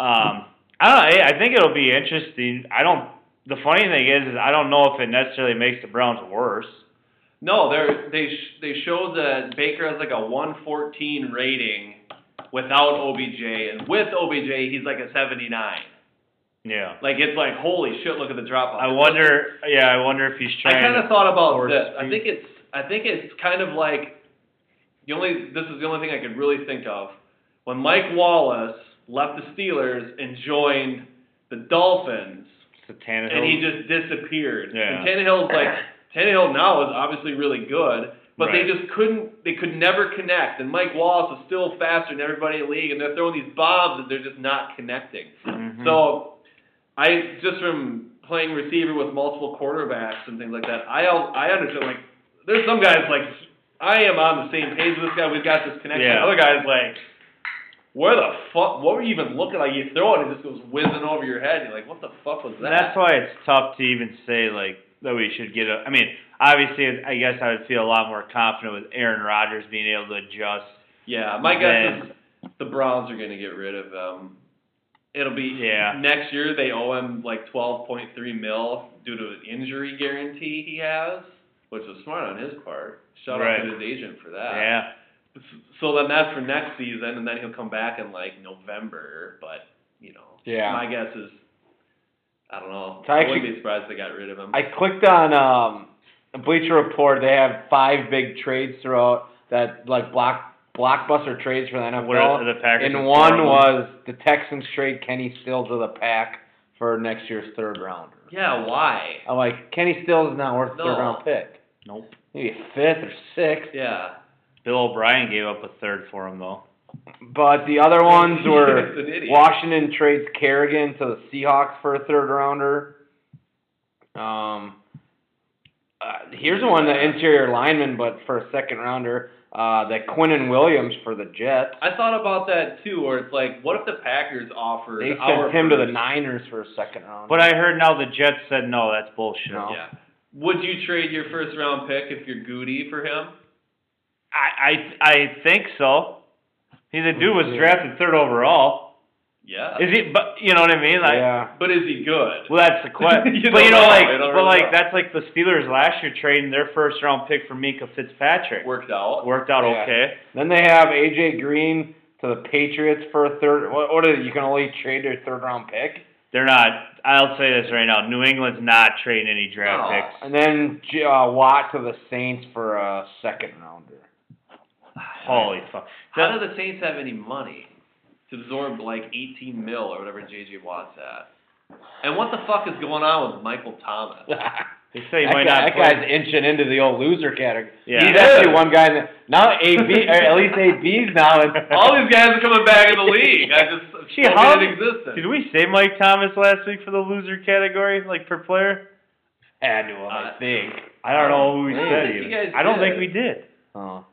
B: um, I don't. know, I I think it'll be interesting. I don't. The funny thing is, is I don't know if it necessarily makes the Browns worse.
C: No, they're, they sh- they showed that Baker has like a 114 rating without OBJ, and with OBJ he's like a 79.
B: Yeah.
C: Like it's like holy shit, look at the drop off.
B: I wonder. Yeah, I wonder if he's
C: I
B: trying.
C: kind
B: to-
C: of thought about
B: force
C: this. I
B: feed.
C: think it's I think it's kind of like the only this is the only thing I could really think of when Mike Wallace left the Steelers and joined the Dolphins
B: It's a Tannehill.
C: and he just disappeared.
B: Yeah.
C: And Tannehill's like Tannehill now is obviously really good, but
B: Right.
C: they just couldn't they could never connect. And Mike Wallace is still faster than everybody in the league, and they're throwing these bombs and they're just not connecting.
B: Mhm.
C: So I just from playing receiver with multiple quarterbacks and things like that, I al- I understand like There's some guys like I am on the same page with this guy. We've got this connection.
B: Yeah.
C: Other guys like, where the fuck? What were you even looking like? You throw it, and it just goes whizzing over your head. You're like, what the fuck was
B: And
C: that?
B: that's why it's tough to even say like that we should get a. I mean, obviously, I guess I would feel a lot more confident with Aaron Rodgers being able to adjust.
C: yeah,
B: Man.
C: my guess is the Browns are gonna get rid of him. It'll be
B: Yeah.
C: next year. They owe him like 12.3 mil due to an injury guarantee he has, which was smart on his part. Shout
B: Right.
C: out to his agent for that.
B: Yeah,
C: So then that's for next season, and then he'll come back in like November. But you know,
A: Yeah.
C: my guess is, I don't know.
A: I
C: I wouldn't
A: actually-
C: be surprised if they got rid of him.
A: I clicked on um, the Bleacher Report. They have five big trades throughout that, like block blockbuster trades for the NFL.
B: What are the Packers?
A: and
B: are
A: one
B: horrible.
A: was the Texans trade Kenny Stills of the Pack for next year's third rounder.
C: yeah, why?
A: I'm like, Kenny Stills is not worth a
C: No.
A: third round pick.
B: Nope.
A: Maybe a fifth or sixth.
C: Yeah,
B: Bill O'Brien gave up a third for him though.
A: But the other ones were
C: He's an idiot.
A: Washington trades Kerrigan to the Seahawks for a third rounder. Um, uh, here's one, the interior lineman, but for a second rounder, uh, that Quinnen Williams for the Jets.
C: I thought about that too. Where it's like, what if the Packers offered?
A: They
C: our
A: sent him to the
C: first-
A: Niners for a second rounder.
B: But I heard now the Jets said no, that's bullshit.
A: No.
C: Yeah. Would you trade your first round pick if you're Goody for him?
B: I I I think so. He's a dude was
A: Yeah.
B: drafted third overall.
C: Yeah.
B: Is he? But you know what I mean? Like,
A: yeah,
C: but is he good?
B: well, that's the question.
C: You
B: but you know,
C: don't know.
B: like,
C: You don't
B: but
C: really
B: like
C: know.
B: that's like the Steelers last year trading their first round pick for Mika Fitzpatrick.
C: Worked out.
B: Worked out
A: Yeah.
B: okay.
A: then they have AJ Green to the Patriots for a third. What, what is it? You can only trade your third round pick.
B: They're not. I'll say this right now. New England's not trading any draft
C: No.
B: picks.
A: And then J- uh, Watt to the Saints for a second rounder.
C: Oh,
B: Holy fuck!
C: How do the Saints have any money to absorb like 18 mil or whatever JJ Watt's at? And what the fuck is going on with Michael Thomas?
B: They say he
A: that guy-
B: might not
A: that
B: play.
A: guy's inching into the old loser category.
B: Yeah.
A: He's actually one guy. In the, now AB, or at least AB's now. In,
C: All these guys are coming back in the league. I just I'm
B: Gee,
C: spoken
B: how-
C: into existence.
B: Did we say Mike Thomas last week for the loser category, like per player?
A: annual,
B: Uh,
C: I
A: I think.
B: I don't know who we
A: I don't
B: said.
A: think
C: you
B: even.
C: guys
B: I don't
C: did.
B: think we did.
A: Oh.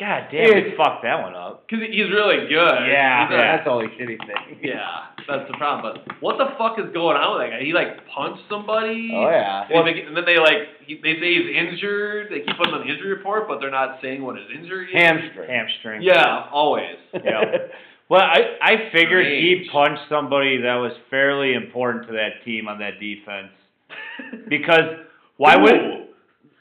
B: God damn, we
A: Dude.
B: fucked that one up.
C: Because he's really good.
B: Yeah,
C: He's
A: Yeah,
C: a-
A: that's all he shitty thing.
C: yeah, that's the problem. But what the fuck is going on with that guy? He like punched somebody.
A: Oh yeah.
C: And, he make- and then they like he, they say he's injured. They keep putting on the injury report, but they're not saying what his injury is.
A: Hamstring.
B: Hamstring.
C: Yeah, always.
B: Yeah. Well, I I figured he
C: Strange.
B: punched somebody that was fairly important to that team on that defense because why
C: Who?
B: would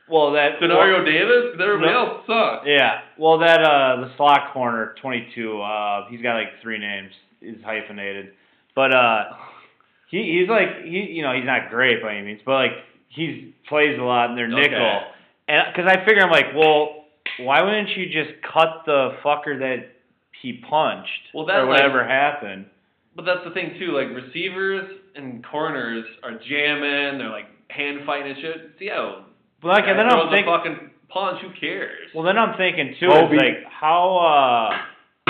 B: well that
C: Denario Davis? 'Cause Everybody
B: No.
C: else sucks.
B: Yeah. Well, that uh, the slot corner, twenty-two. Uh, he's got like three names. He's hyphenated, but uh, he he's like he you know he's not great by any means, but like he's plays a lot in their
C: Okay.
B: nickel. And because I figure I'm like, well, why wouldn't you just cut the fucker that he punched
C: Well, that's
B: or
C: like-
B: whatever happened?
C: But that's the thing too. Like receivers and corners are jamming. They're like hand fighting and shit. Seattle.
B: But like, and then
C: throws
B: I'm
C: a
B: thinking,
C: fucking punch. Who cares?
B: well, then I'm thinking too,
A: Kobe.
B: it's like how uh,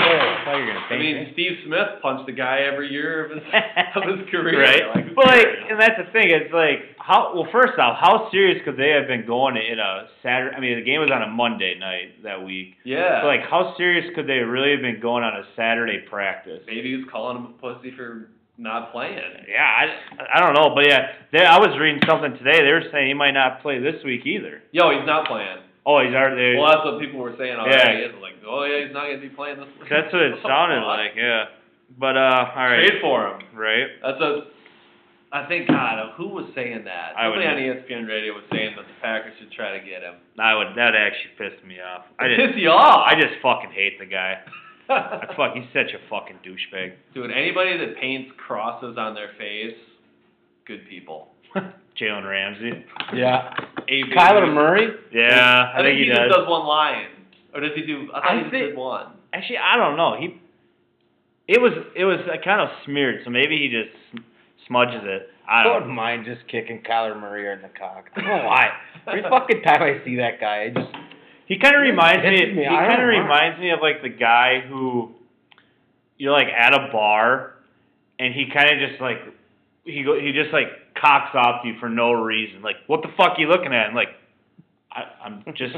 B: oh, I thought you were gonna
C: I
B: thank
C: mean,
B: me.
C: Steve Smith punched the guy every year of his of his career.
B: Right.
C: Like,
B: But like, and that's the thing. It's like how well. First off, how serious could they have been going in a Saturday? I mean, the game was on a Monday night that week.
C: yeah.
B: So like, how serious could they really have been going on a Saturday practice?
C: maybe he's calling him a pussy for not playing.
B: Yeah, I, I don't know, but yeah, they, I was reading something today. They were saying he might not play this week either.
C: Yo, he's not playing.
B: Oh, he's already.
C: Well, that's what people were saying
B: Yeah.
C: already. It's Like, oh yeah, he's not gonna be playing this. week.
B: that's what it sounded like. Yeah. But uh, all right.
C: Trade for him.
B: Right.
C: That's a. I think God, who was saying that?
B: I would-
C: Somebody on E ESPN Radio was saying that the Packers should try to get him.
B: I would. That actually pissed me off. I
C: It
B: just.
C: piss you off.
B: I just fucking hate the guy. I fuck. He's such a fucking douchebag.
C: Dude, anybody that paints crosses on their face, good people.
B: Jalen Ramsey.
A: yeah.
C: AB.
A: Kyler Murray.
B: Yeah, I, think, he, does.
C: just does one line, or does he do? I thought
B: I
C: he just
B: think-
C: did one.
B: Actually, I don't know. He, it was it was uh, kind of smeared, so maybe he just sm- smudges it. I
A: I
B: don't.
A: wouldn't mind just kicking Kyler Murray in the cock. I don't know why. Every fucking time I see that guy, I just
B: He kind of reminds
A: It's
B: me.
A: me,
B: He
A: I don't
B: kind of
A: know.
B: reminds me of like the guy who, you're like at a bar, and he kind of just like, he go, he just like cocks off to you for no reason. Like, what the fuck you looking at? And like, I, I'm just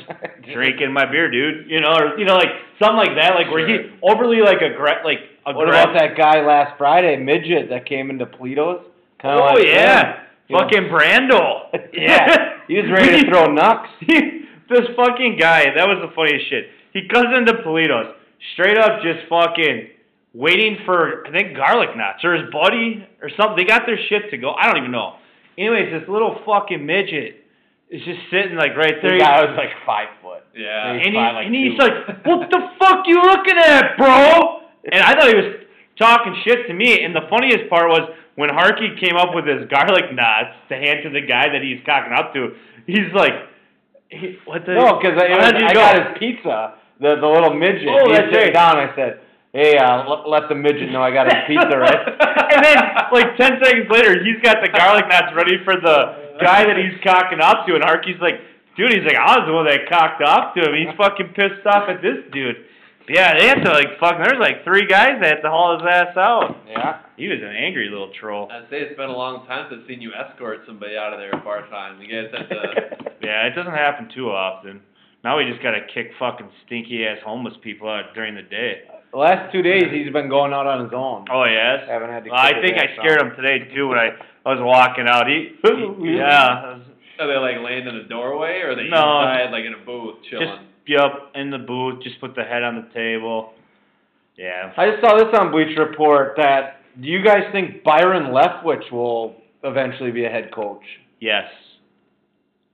B: drinking my beer, dude. You know, or you know, like something like that, like where he overly like aggre- like aggressive.
A: What about that guy last Friday, midget that came into Polito's? Kinda
B: Oh
A: like
B: yeah,
A: you know.
B: fucking Brando.
A: Yeah. He was ready to throw nucks.
B: He- this fucking guy, that was the funniest shit. He comes into Politos, straight up just fucking waiting for, I think, garlic knots or his buddy or something. They got their shit to go. I don't even know. Anyways, this little fucking midget is just sitting like right
A: The
B: there.
A: guy was like five foot.
C: Yeah.
B: and, he,
A: five, like,
B: and he's
A: two.
B: like, what the fuck you looking at, bro? And I thought he was talking shit to me. And the funniest part was when Harkey came up with his garlic knots to hand to the guy that he's cocking up to, he's like, he, what the?
A: No, because I,
B: Why don't you
A: I
B: go?
A: got his pizza, the the little midget.
B: Oh,
A: he
B: that's
A: sat
B: right.
A: down. I said, "Hey, uh, let, let the midget know I got his pizza, right?"
B: and then, like ten seconds later, he's got the garlic knots ready for the guy that he's cocking up to, and Harky's like, "Dude, he's like, I was the one that cocked up to him. He's fucking pissed off at this dude." Yeah, they had to like fuck. There's like three guys that had to haul his ass out.
A: yeah.
B: He was an angry little troll.
C: I'd say it's been a long time since I've seen you escort somebody out of there at bar time. You guys have to.
B: yeah, it doesn't happen too often. Now we just gotta kick fucking stinky ass homeless people out during the day.
A: The last two days, he's been going out on his own.
B: Oh yes.
A: Haven't had to.
B: Well, I think I scared him today too when I, I was walking out. He, he yeah,
C: Are they like laying in a doorway or are they
B: No.
C: inside like in a booth chilling?
B: Just yep, in the booth, just put the head on the table. Yeah.
A: I just saw this on Bleach Report that do you guys think Byron Leftwich will eventually be a head coach?
B: Yes.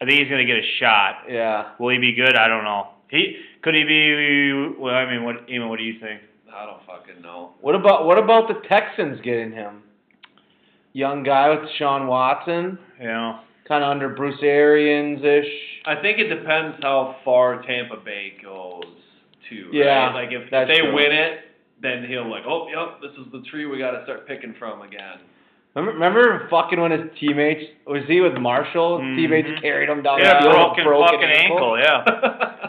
B: I think he's gonna get a shot.
A: Yeah.
B: Will he be good? I don't know. He could he be? Well, I mean, what Eamon, What do you think?
C: I don't fucking know.
A: What about what about the Texans getting him? Young guy with Sean Watson,
B: You know,
A: kind of under Bruce Arians ish.
C: I think it depends how far Tampa Bay goes too. right?
A: Yeah,
C: Like if, if
A: that's
C: they
A: true.
C: win it, then he'll like, oh, yep, this is the tree we got to start picking from again.
A: Remember, remember fucking when his teammates was he with Marshall? His
B: Mhm.
A: Teammates carried him down
B: yeah,
A: the field
B: broken,
A: with broken
B: fucking ankle. Yeah.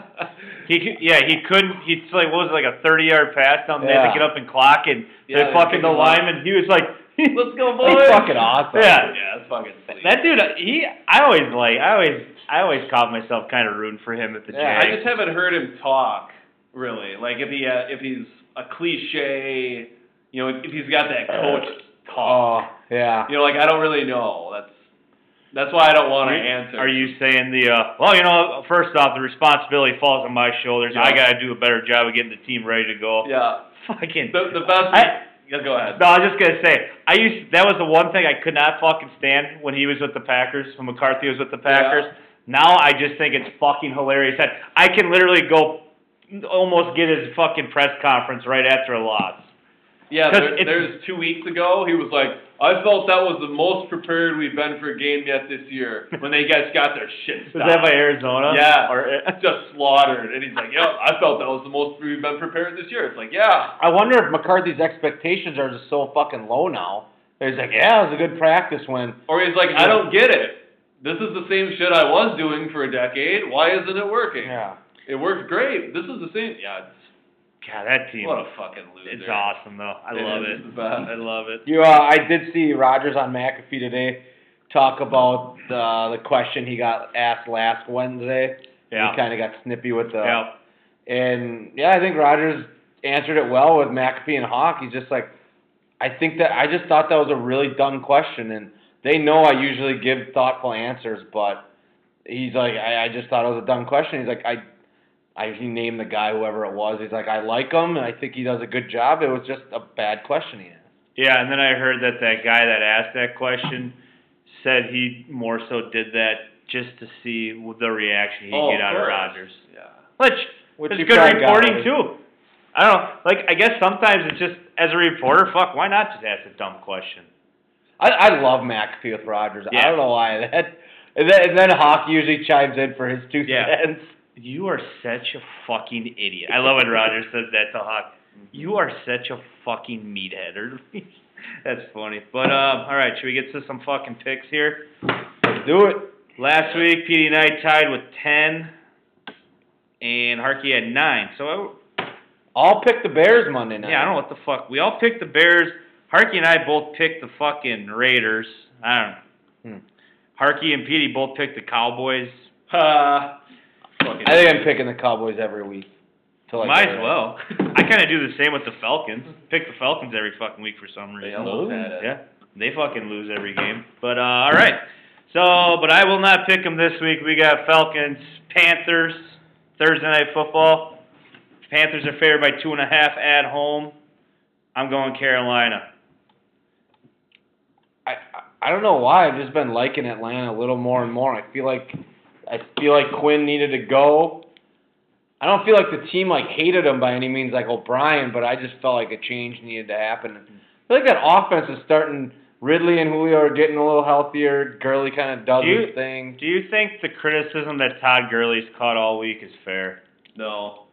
B: He could- yeah he couldn't. He's like what was it, like a thirty yard pass down there
A: Yeah.
B: to get up and clock and
C: Yeah,
B: they
C: they
B: fucking the
C: picked him up.
B: lineman. He was like,
C: Let's go, boys.
A: He's fucking awesome.
B: yeah,
C: Yeah, that's fucking sweet.
B: That dude, he. I always like. I always. I always caught myself kind of rooting for him at the
A: Yeah,
B: yeah,
C: I just haven't heard him talk really. Like if he uh, if he's a cliche, you know, if he's got that coach
A: Oh
C: talk,
A: yeah.
C: you know, like I don't really know. That's that's why I don't want to answer.
B: Are you saying the? Uh, well, you know, first off, the responsibility falls on my shoulders. I
C: Yeah.
B: got to do a better job of getting the team ready to go.
C: Yeah.
B: Fucking.
C: The the best.
B: I-
C: yeah, go ahead.
B: no, I was just gonna say. I used. That was the one thing I could not fucking stand when he was with the Packers. When McCarthy was with the Packers. Now I just think it's fucking hilarious that I can literally go, almost get his fucking press conference right after a loss.
C: Yeah,
B: 'Cause
C: there,
B: it's-
C: there's two weeks ago, he was like, I felt that was the most prepared we've been for a game yet this year when they guys got their shit
B: Was that
C: stopped.
B: by Arizona?
C: Yeah.
B: Or,
C: Just slaughtered. And he's like, Yep, I felt that was the most we've been prepared this year. It's like, yeah.
A: I wonder if McCarthy's expectations are just so fucking low now. He's like, yeah, it was a good practice win.
C: Or he's like, I don't get it. This is the same shit I was doing for a decade. Why isn't it working?
A: Yeah.
C: It works great. This is the same. Yeah, it's,
B: God, that team.
C: what a fucking loser.
B: It's awesome though. I
C: It
B: love
C: is
B: it.
C: the best.
B: I love it.
A: You, uh, I did see Rogers on McAfee today talk about uh, the question he got asked last Wednesday.
B: Yeah.
A: He kind of got snippy with the.
B: Yeah.
A: And yeah, I think Rogers answered it well with McAfee and Hawk. He's just like, I think that I just thought that was a really dumb question, and they know I usually give thoughtful answers, but he's like, I, I just thought it was a dumb question. He's like, I, I he named the guy whoever it was. He's like, I like him, and I think he does a good job. It was just a bad question he asked.
B: Yeah, and then I heard that that guy that asked that question said he more so did that just to see the reaction he'd
C: Oh,
B: get out of
C: course.
B: Rodgers.
C: Yeah.
B: Which,
A: Which
B: is
A: you
B: good
A: probably got
B: reporting
A: it.
B: too. I don't know. Like I guess sometimes it's just as a reporter, fuck, why not just ask a dumb question?
A: I, I love McAfee with Rogers.
B: Yeah.
A: I don't know why that. And then, and then Hawk usually chimes in for his two
B: Yeah.
A: cents.
B: You are such a fucking idiot. I love when Rogers says that to Hawk.
A: Mm-hmm.
B: You are such a fucking meathead. Or that's funny. But um, all right, should we get to some fucking picks here?
A: Let's do it.
B: Last week, PD and I tied with ten, and Harkey had nine. So I,
A: I'll pick the Bears Monday night.
B: yeah, I don't know what the fuck. We all picked the Bears. Harkey and I both picked the fucking Raiders. I don't know.
A: Hmm.
B: Harkey and Petey both picked the Cowboys.
C: Uh,
B: Falcons.
A: I think I'm picking the Cowboys every week. till I
B: Might
A: get
B: as
A: it.
B: well. I kind of do the same with the Falcons. Pick the Falcons every fucking week for some
C: They
B: reason.
C: almost had it.
B: Yeah, they fucking lose every game. But uh, all right. So, but I will not pick them this week. We got Falcons, Panthers, Thursday night football. Panthers are favored by two and a half at home. I'm going Carolina.
A: I I don't know why I've just been liking Atlanta a little more and more. I feel like I feel like Quinn needed to go. I don't feel like the team like hated him by any means, like O'Brien, but I just felt like a change needed to happen. I feel like that offense is starting. Ridley and Julio are getting a little healthier. Gurley kind of does
B: Do you-
A: his thing.
B: Do you think the criticism that Todd Gurley's caught all week is fair?
C: No.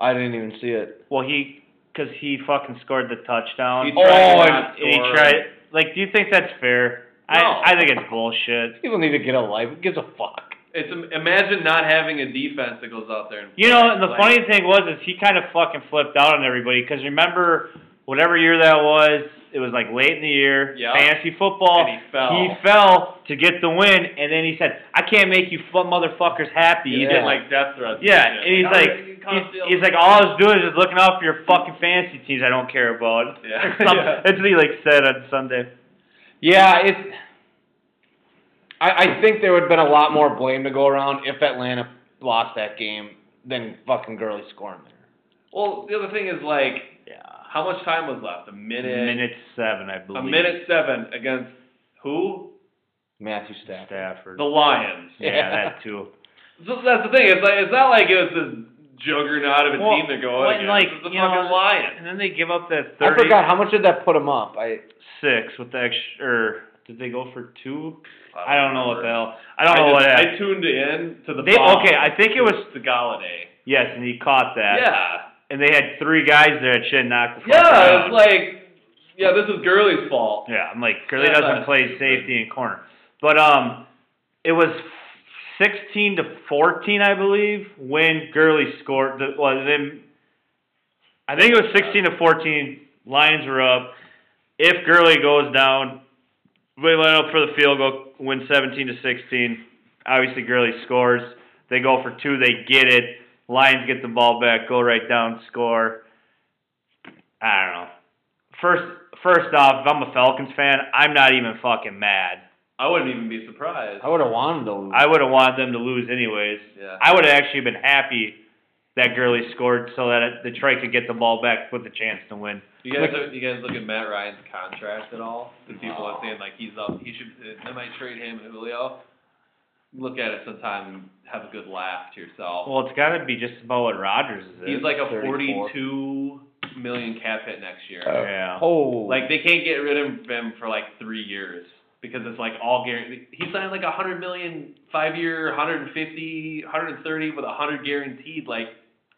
A: I didn't even see it.
B: Well, he because he fucking scored the touchdown.
C: He
A: Oh,
C: tried to
A: and-
C: not
B: and he
C: score.
B: tried. Like, do you think that's fair?
C: No.
B: I I think it's bullshit.
A: People need to get a life. Who gives a fuck?
C: It's imagine not having a defense that goes out there. And
B: You know, and the
C: like,
B: funny thing was is he kind of fucking flipped out on everybody because remember whatever year that was, it was like late in the year,
C: Yeah.
B: fantasy football.
C: And he fell.
B: He fell to get the win, and then he said, "I can't make you fu- motherfuckers happy."
C: He's
B: He's
A: Yeah.
C: getting like death threats.
B: Yeah,
C: shit.
B: and he's
C: "All
B: like,
C: right, you can
B: he's,
C: come steal
B: he's
C: this."
B: like, all I was doing is just looking out for your fucking fantasy teams I don't care about.
C: Yeah.
B: Some-
C: Yeah.
B: That's what he like said on Sunday.
A: Yeah, it's. I, I think there would have been a lot more blame to go around if Atlanta lost that game than fucking Gurley scoring there.
C: Well, the other thing is like,
B: Yeah.
C: how much time was left? A minute.
B: Minute seven, I
C: A
B: believe.
C: minute seven against who?
A: Matthew Stafford.
B: Stafford.
C: The Lions.
B: yeah, that too.
C: So that's the thing. It's like it's not like it was this juggernaut of a
B: Well,
C: team they're going
B: well,
C: against.
B: like,
C: it's the
B: you
C: fucking
B: know,
C: Lions.
B: And then they give up that
A: I
B: thirty.
A: forgot how much did that put him up. I
B: six with the extra. Or did they go for two? I don't know what the
C: remember.
B: hell. I don't know what
C: I,
B: happened.
C: just, I tuned in to the.
B: They-
C: bomb.
B: okay, I think it was-
C: the Galladay.
B: yes, and he caught that.
C: Yeah.
B: And they had three guys there that should knock the fuck
C: Yeah,
B: out.
C: it's like, yeah, this is Gurley's fault.
B: yeah, I'm like Gurley
C: That's
B: doesn't
C: not
B: play
C: stupid.
B: safety and corner, but um, it was sixteen to fourteen, I believe, when Gurley scored. The, well, then I think it was sixteen to fourteen. Lions were up. If Gurley goes down, we went up for the field goal, win seventeen to sixteen. Obviously, Gurley scores. They go for two. They get it. Lions get the ball back. Go right down. Score. I don't know. First, first off, if I'm a Falcons fan, I'm not even fucking mad.
C: I wouldn't even be surprised.
A: I would have wanted to lose.
B: I would have wanted them to lose anyways.
C: Yeah.
B: I would have actually been happy that Gurley scored so that it, Detroit could get the ball back with a chance to win.
C: You guys, look, you guys look at Matt Ryan's contract at all? The people
B: Oh.
C: are saying like he's up. He should. They might trade him and Julio. Look at it sometime and have a good laugh to yourself.
B: Well, it's got to be just about what Rodgers is.
C: he's like a
A: 34.
C: forty-two million cap hit next year.
A: Uh,
B: yeah.
A: oh,
C: Like they can't get rid of him for like three years because it's like all guaranteed. He signed like a hundred million, five-year, 150, 130 with a hundred guaranteed like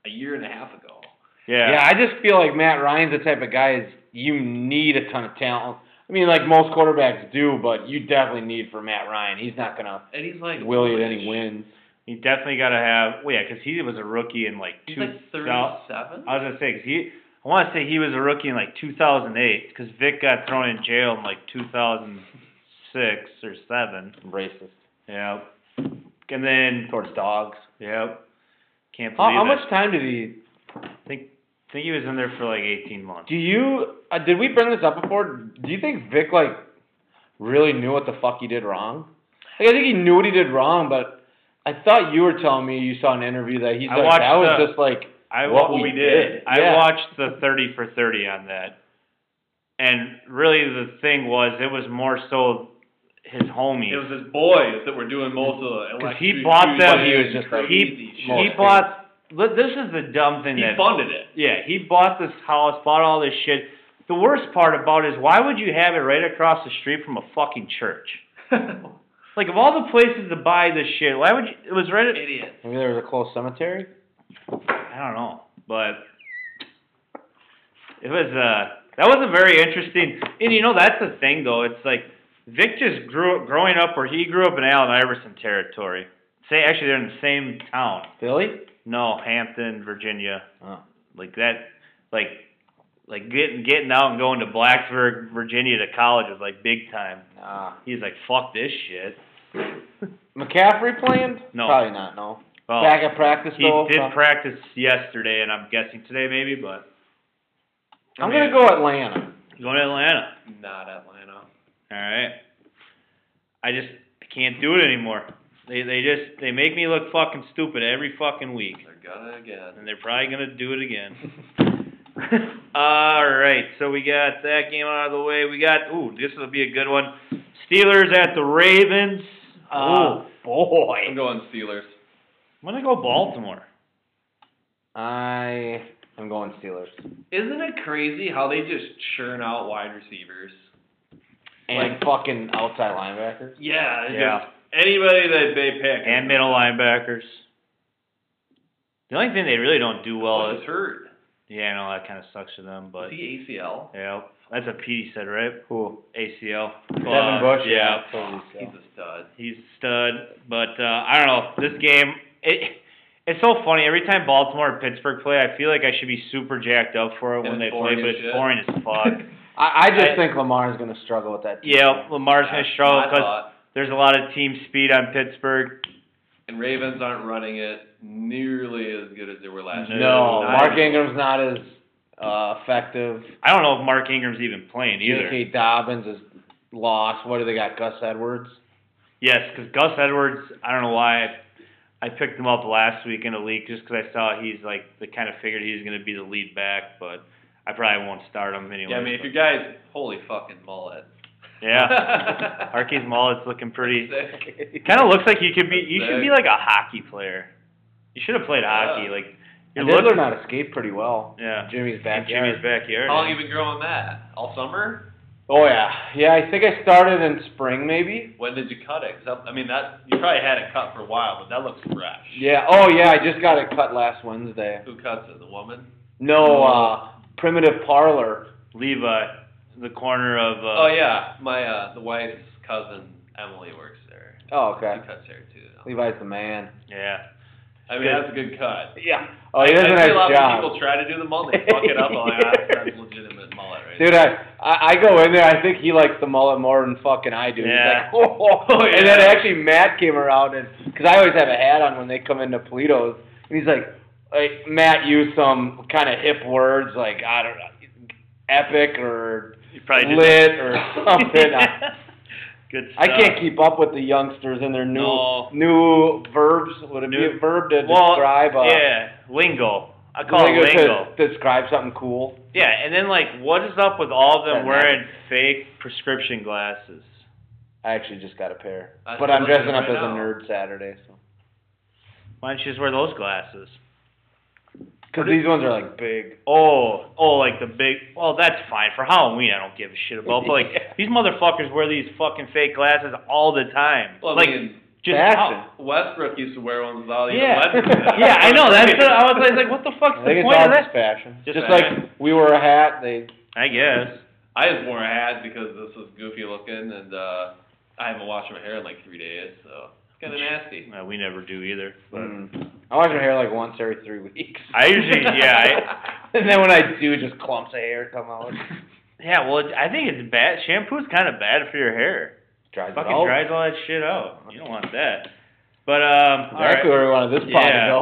C: a year and a half ago.
B: yeah.
A: yeah. I just feel like Matt Ryan's the type of guy is you need a ton of talent. I mean, like most quarterbacks do, but you definitely need for Matt Ryan. He's not gonna
C: And he's like
A: will you to
C: which-
A: any wins.
B: You definitely got to have. Well, yeah, because he was a rookie in like
C: He's
B: two.
C: like thirty-seven.
B: I was gonna say 'cause he. I want to say he was a rookie in like 2008 because Vic got thrown in jail in like 2006 or seven.
A: Racist
B: Yeah. And then.
A: towards dogs.
B: Yep. Can't believe
A: How, how
B: it.
A: much time did he
B: I think he was in there for like 18 months.
A: Do you uh, did we bring this up before? Do you think Vic like really knew what the fuck he did wrong? Like I think he knew what he did wrong, but I thought you were telling me you saw an interview that he's
B: I
A: like
B: watched
A: that was
B: the-
A: just like
B: I
A: what
B: wa-
A: we
C: we did.
A: did.
B: I
A: Yeah.
B: watched the 30 for 30 on that. And really the thing was it was more so his homies.
C: It was his boys that were doing most of the
B: 'Cause he
C: electric
B: bought
C: shoes
B: them-
C: and
A: He was just like-
C: crazy shit.
B: he
A: Most
B: bought li- this is the dumb thing
C: he
B: that
C: funded it.
B: Yeah, he bought this house, bought all this shit. The worst part about it is why would you have it right across the street from a fucking church? Like of all the places to buy this shit, why would you it was right at,
C: Idiot.
A: maybe there was a close cemetery.
B: I don't know, but it was uh that was a very interesting. And you know that's the thing though. It's like Vic just grew growing up where he grew up in Allen Iverson territory. Say actually they're in the same town.
A: Philly?
B: No, Hampton, Virginia,
A: Oh.
B: like that, like like getting getting out and going to Blacksburg, Virginia to college was like big time.
A: Nah.
B: He's like fuck this shit.
A: McCaffrey playing?
B: No.
A: Probably not, no.
B: Well,
A: back at practice
B: he
A: though?
B: did practice yesterday, and I'm guessing today maybe, but I
A: I'm
B: mean,
A: gonna go Atlanta.
B: going to Atlanta.
C: Not Atlanta.
B: All right. I just I can't do it anymore. They they just they make me look fucking stupid every fucking week,
C: They're gonna again.
B: and they're probably gonna do it again. All right, so we got that game out of the way. We got ooh, this will be a good one. Steelers at the Ravens. Uh,
A: Oh, boy.
C: I'm going Steelers.
B: I'm gonna go Baltimore.
A: I am going Steelers.
C: Isn't it crazy how they just churn out wide receivers?
A: And
C: Like-
A: fucking outside linebackers.
C: Yeah. it's
B: Yeah.
C: just Anybody that they pick.
B: and middle linebackers. The only thing they really don't do well
C: Well,
B: is
C: it's hurt.
B: yeah, I know that kind of sucks for them, but
C: Is he ACL?
B: yeah, that's what Petey said, right?
A: Who?
B: ACL.
A: Devin
B: Fuck,
A: Bush.
B: Yeah,
A: Totally so.
C: He's a stud.
B: he's a stud, but uh, I don't know this game. It it's so funny every time Baltimore or Pittsburgh play. I feel like I should be super jacked up for it
C: And
B: when
C: it's
B: they play,
C: boring
B: but
C: as
B: it's
C: shit.
B: boring as fuck.
A: I, I just
B: I-
A: think Lamar's gonna struggle with that. team.
B: yeah, Lamar's gonna
C: That's
B: struggle
C: my
B: because
C: thought.
B: there's a lot of team speed on Pittsburgh.
C: And Ravens aren't running it nearly as good as they were last year.
A: No,
B: Not
A: Mark
B: even-
A: Ingram's not as uh, effective.
B: I don't know if Mark Ingram's even playing either.
A: J.K. Dobbins is lost. What do they got? Gus Edwards.
B: Yes, because Gus Edwards, I don't know why I, I picked him up last week in a league just because I saw he's like the kind of figured he's going to be the lead back, but I probably won't start him anyway.
C: Yeah, I mean, if
B: but-
C: your guy's holy fucking mullet.
B: yeah, Archie's mullet's looking pretty.
C: Sick.
B: Kind of looks like you could be. You should be
C: Sick.
B: like a hockey player. You should have played hockey.
C: Yeah.
B: Like
A: They
B: your
A: learn
B: look.
A: how to skate pretty well.
B: Yeah,
A: Jimmy's
B: in
A: back.
B: Jimmy's backyard.
C: How long you been growing that? All summer?
A: Oh yeah, yeah. I think I started in spring maybe.
C: When did you cut it? 'Cause that- I mean, that you probably had it cut for a while, but that looks fresh.
A: Yeah. Oh yeah, I just got it cut last Wednesday.
C: Who cuts it? The woman?
A: No, uh, primitive parlor.
B: Levi, uh, the corner of. Uh,
C: Oh yeah, my uh, the wife's cousin Emily works there.
A: Oh
C: She
A: okay.
C: cuts hair too. Though.
A: Levi's the man.
B: yeah.
C: I mean,
B: Good.
C: that's a good cut.
A: Yeah. Oh, he does a
C: I see
A: nice
C: a lot
A: job.
C: of people try to do the mullet, they fuck it up. I'm like, ah, that's a legitimate mullet, right?
A: Dude, I, I I go in there. I think he likes the mullet more than fucking I do.
B: Yeah.
A: He's like, oh, and then actually Matt came around and because I always have a hat on when they come into Polito's, and he's like, like Matt used some kind of hip words like I don't know, epic or
B: You probably did
A: lit or something. I,
B: Good
A: I
B: stuff.
A: can't keep up with the youngsters and their new
B: No.
A: new verbs. Would it
B: New-
A: be a verb to
B: well,
A: describe? Uh,
B: yeah, lingo. I call it
A: lingo
B: lingo.
A: to describe something cool.
B: Yeah, and then like, what is up with all of
A: That
B: them wearing fake prescription glasses?
A: I actually just got a pair,
C: I
A: but
C: feel
A: I'm
C: like
A: dressing
C: it
A: up as
C: right
A: a
C: now.
A: nerd Saturday. So.
B: Why don't you just wear those glasses?
A: Because these ones are like big.
B: Oh, oh, like the big. Well, that's fine for Halloween. I don't give a shit about. But like,
A: Yeah.
B: these motherfuckers wear these fucking fake glasses all the time.
C: Well, I
B: like,
C: mean,
B: just
A: fashion.
B: how-
C: Westbrook used to wear ones without even
B: Yeah.
C: lenses in it.
B: yeah, I know. That's what I was like, like, what the fuck's
A: I
B: the
A: think it's
B: point
A: all
B: of
A: just
B: that?
A: fashion.
B: Just
A: Just,
B: fashion.
A: like we were a hat, they.
B: I guess.
C: I just wore a hat because this was goofy looking, and uh, I haven't washed my hair in like three days, so it's kind of nasty.
B: Uh, we never do either. But
A: Mm. I wash my hair like once every three weeks.
B: Hmm. I usually, yeah, I,
A: and then when I do, just clumps of hair come out.
B: yeah. Well, it- I think it's bad. Shampoo's kind of bad for your hair.
A: Dries it
B: Fucking
A: out.
B: dries all that shit out. You don't want that. But um,
A: Exactly
B: all right.
A: where we wanted this pod
B: Yeah.
A: to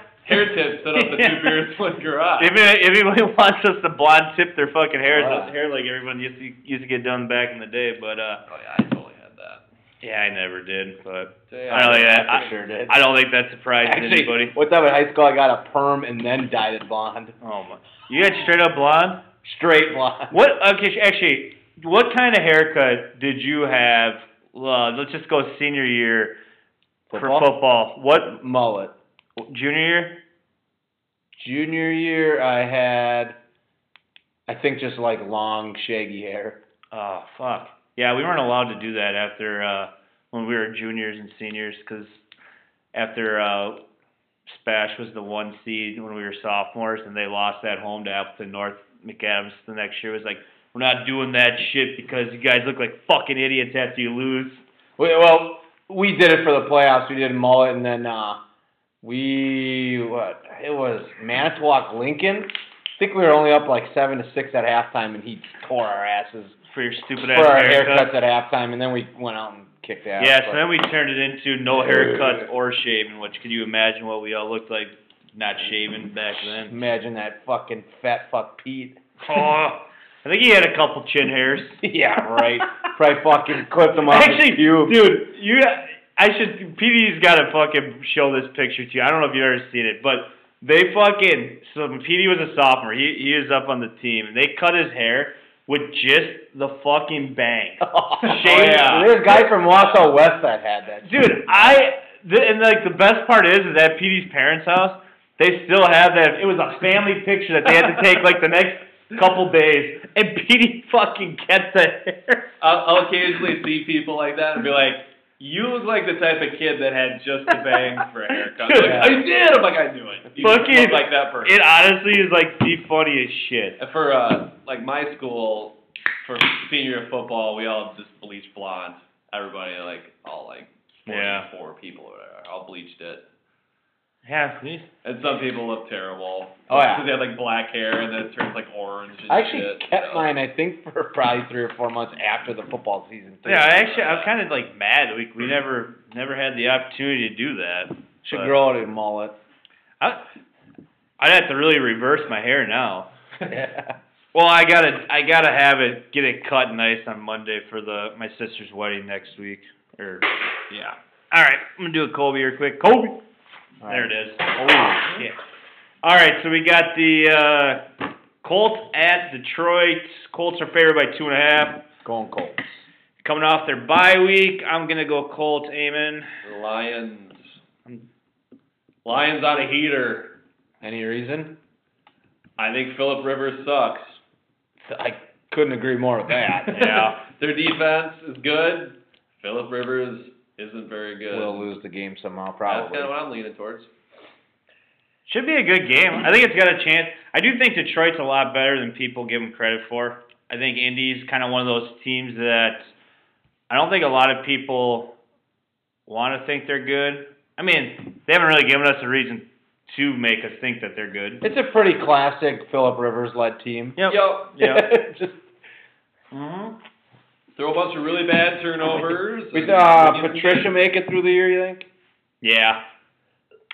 C: hair tips set up the two beards one garage.
B: If any- if anybody wants us to blonde tip their fucking hair,
A: Wow.
B: it's hair like everyone used to used to get done back in the day. But uh,
C: Oh yeah, I totally had that.
B: yeah, I never did. But
C: Today,
B: I don't think that.
A: go.
B: I,
A: sure did.
B: I don't think that surprised
A: Actually,
B: anybody.
A: what's up in high school? I got a perm and then dyed it blonde,
B: Oh my! You got straight up blonde.
A: straight blonde.
B: What? Okay, sh- actually, what kind of haircut did you have? Uh, let's just go senior year for football. What
A: mullet?
B: junior year?
A: Junior year, I had, I think, just like long shaggy hair.
B: Oh fuck! Yeah, we weren't allowed to do that after uh, when we were juniors and seniors because after uh, Spash was the one seed when we were sophomores and they lost that home to Appleton North. McAdams the next year was like, "We're not doing that shit because you guys look like fucking idiots after you lose."
A: We, well, we did it for the playoffs. We did mullet, and then uh, we what? It was Manitowoc Lincoln. I think we were only up like seven to six at halftime, and he tore our asses
B: For your stupid
A: for
B: ass
A: our
B: haircut.
A: haircuts at halftime. And then we went out and kicked ass.
B: yeah, so
A: but-
B: then we turned it into no haircuts or shaving, which could you imagine what we all looked like not shaving back then?
A: Imagine that fucking fat fuck Pete.
B: Oh, I think he had a couple chin hairs.
A: yeah, right. Probably fucking clipped him off. his
B: Actually,
A: pubes.
B: dude, you, I should. PD's got to fucking show this picture to you. I don't know if you've ever seen it, but they fucking. So PD was a sophomore. He he was up on the team, and they cut his hair with just the fucking bang.
A: Oh,
B: uh,
A: yeah. There's a guy from Wausau West that had that. shit.
B: Dude, I the, and like the best part is is at PD's parents' house, they still have that. It was a family picture that they had to take like the next couple days, and PD fucking gets the hair.
C: I'll, I'll occasionally see people like that and be like, "You look like the type of kid that had just the bangs for a haircut."
B: Dude,
C: Like, I did. I'm like, I knew it. You
B: Fucking-
C: look like that person.
B: It honestly is like the funniest shit.
C: for uh, like my school, for senior year of football, we all just bleached blonde. Everybody like all like
B: Yeah.
C: four people or whatever, all bleached it.
B: Yeah.
C: And some people look terrible.
A: Oh, yeah.
C: Because they have like black hair and then it turns like orange. And
A: I actually
C: shit,
A: kept
C: so.
A: mine, I think, for probably three or four months after the football season. too.
B: Yeah, I actually, I'm kind of like mad. We we never never had the opportunity to do that.
A: Should
B: but
A: grow out a mullet.
B: I, I'd have to really reverse my hair now.
A: yeah.
B: Well, I gotta I gotta have it get it cut nice on Monday for the my sister's wedding next week. Or yeah. All right, I'm gonna do a Kobe real quick. Kobe. There it is. Oh shit. All right, so we got the uh, Colts at Detroit. Colts are favored by two and a half.
A: Going cold.
B: Coming off their bye week, I'm gonna go Colts. Amen.
C: Lions. Lions on a heater.
A: Any reason?
C: I think Philip Rivers sucks.
A: I couldn't agree more with that.
B: Yeah.
C: Their defense is good. Philip Rivers isn't very good.
A: we'll lose the game somehow,
C: That's
A: probably.
C: kind of what I'm leaning towards.
B: Should be a good game. I think it's got a chance. I do think Detroit's a lot better than people give them credit for. I think Indy's kind of one of those teams that I don't think a lot of people want to think they're good. I mean, they haven't really given us a reason to make us think that they're good.
A: It's a pretty classic Philip Rivers led team.
B: Yep.
C: Yup.
B: Yeah.
A: Just,
B: hmm
C: Throw a bunch of really bad turnovers.
A: we
C: and
A: saw uh,
C: win games.
A: Patricia make it through the year, you think?
B: Yeah,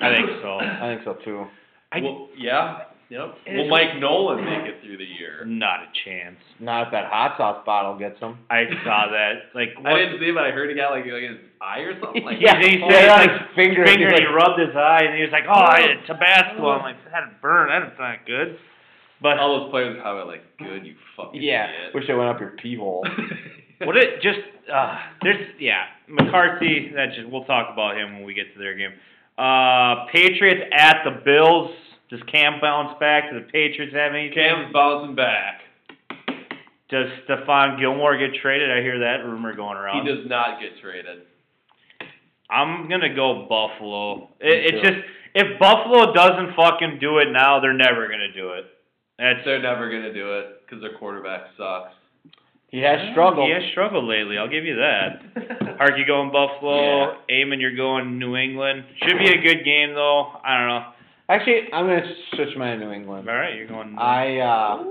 B: I think so.
A: I think so too.
B: I,
C: Well, yeah. Yep.
B: It
C: Will
B: is-
C: Mike Nolan make it through the year?
B: not a chance.
A: Not if that hot sauce bottle gets them.
B: I saw that. Like,
C: I
B: what,
C: didn't see it, but I heard he got like, like his eye or something like
B: Yeah,
C: that.
B: he
A: Oh,
B: said,
A: yeah,
B: like,
A: his finger,
B: finger, and he
A: like,
B: rubbed his eye, and he was like, "Oh, I had Tabasco." I'm like, "That burn. That's not good." But
C: All those players are probably like, good, you
B: Oh,
C: fucking
A: yeah.
C: idiot.
A: Wish it went up your pee hole.
B: what it just uh, there's yeah McCarthy. That just we'll talk about him when we get to their game. Uh, Patriots at the Bills. Does Cam bounce back? Do the Patriots have anything?
C: Cam's bouncing back.
B: Does Stephon Gilmore get traded? I hear that rumor going
C: He
B: around.
C: does not get traded.
B: I'm gonna go Buffalo.
A: Me
B: It, it's
A: too.
B: just if Buffalo doesn't fucking do it now, they're never gonna do it. That's
C: They're never gonna do it because their quarterback sucks.
A: He has struggled.
B: He has struggled lately. I'll give you that. Hark, you going Buffalo. Eamon, you're going New England. Should be a good game though. I don't know.
A: Actually, I'm gonna switch mine to New England.
B: All right, you're going.
A: I uh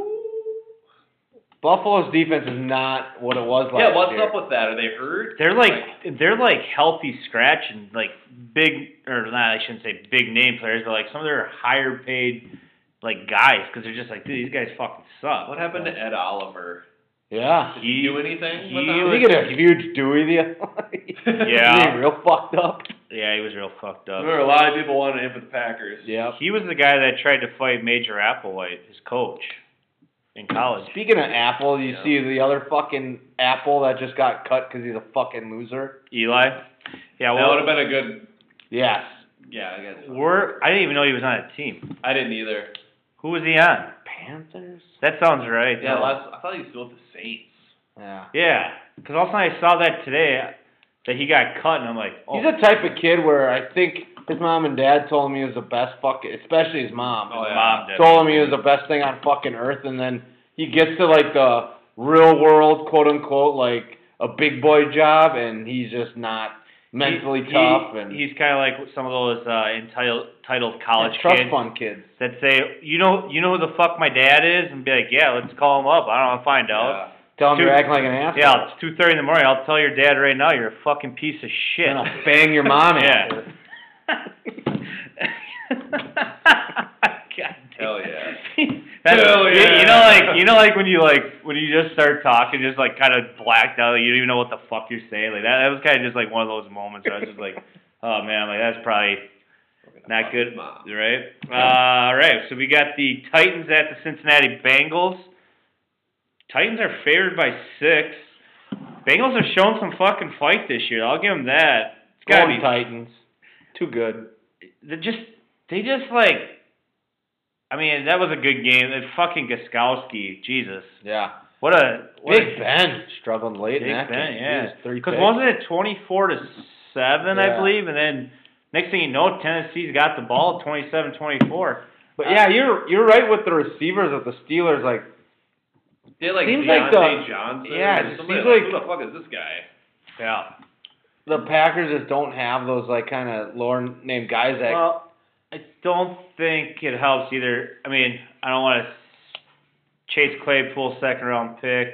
A: Buffalo's defense is not what it was last
C: yeah, what's
A: year.
C: up with that? Are they hurt?
B: they're like they're like healthy scratch and like big or not. I shouldn't say big name players, but like some of their higher paid like guys because they're just like, dude, these guys fucking suck.
C: What happened to Ed Oliver?
A: yeah.
C: Did he, do anything?
B: he
C: with
A: Did
C: them?
A: he get a huge do with you?
B: Yeah.
A: He real fucked up.
B: Yeah, he was real fucked up.
C: Remember, a lot of people wanted him for the Packers.
A: Yep.
B: He was the guy that tried to fight Major Applewhite, his coach, in college.
A: Speaking of Apple, you
C: Yeah.
A: see the other fucking Apple that just got cut because he's a fucking loser.
B: Eli. Yeah,
C: That would
B: well,
C: have been a good.
A: Yes.
C: Yeah, I guess.
B: we're. I didn't even know he was on a team.
C: I didn't either.
B: Who was he on?
A: Panthers.
B: That sounds right.
C: Yeah,
B: No.
C: last I thought he was still with the Saints.
A: Yeah.
B: Yeah, because also I saw that today that he got cut, and I'm like, oh,
A: He's the type of kid where I think his mom and dad told him he was the best fucking, especially his mom.
C: Oh, yeah.
B: mom did.
A: told him he was the best thing on fucking earth, and then he gets to like the real world, quote unquote, like a big boy job, and he's just not mentally
B: He- he-
A: tough and
B: he's kind of like some of those uh, entitled, entitled college
A: and trust
B: kids
A: fund kids.
B: that say, you know, you know who the fuck my dad is, and be like, yeah, let's call him up. I don't want to find out.
C: Yeah.
A: Tell them
B: Two-
A: you're acting like an asshole.
B: Yeah, it's two thirty in the morning. I'll tell your dad right now. You're a fucking piece of shit.
A: Then I'll bang your mom
B: yeah.
A: after.
B: God damn.
C: Hell yeah.
B: That's,
C: Hell
B: you-
C: yeah.
B: You know, like you know, like when you like when you just start talking, just like kind of blacked out. Like, you don't even know what the fuck you're saying. Like that. That was kind of just like one of those moments where I was just like, oh man, like that's probably not good,
C: Mom.
B: right? Uh, all right. So we got the Titans at the Cincinnati Bengals. Titans are favored by six. Bengals have shown some fucking fight this year. I'll give them that. It's gotta
A: Going
B: be
A: Titans. Too good.
B: they just they just like I mean, that was a good game. That fucking Gaskowski, Jesus.
A: Yeah.
B: What a what
A: Big Ben struggling late in
B: Big
A: that
B: Ben,
A: game.
B: yeah.
A: Jesus, three
B: Because
A: picks.
B: wasn't it 24 to 7, I
A: Yeah.
B: believe, and then next thing you know, Tennessee's got the ball 27-24.
A: But
B: uh,
A: yeah, you're you're right with the receivers of the Steelers. Like
C: They had, like
A: Seems like
C: Deontay
A: the-
C: Johnson.
A: yeah,
C: or
A: it
C: somebody
A: seems
C: like,
A: like-
C: who the fuck is this guy?
B: Yeah.
A: the Packers just don't have those like kind of lower named guys that
B: Well, I don't think it helps either. I mean, I don't want to chase Claypool second round pick,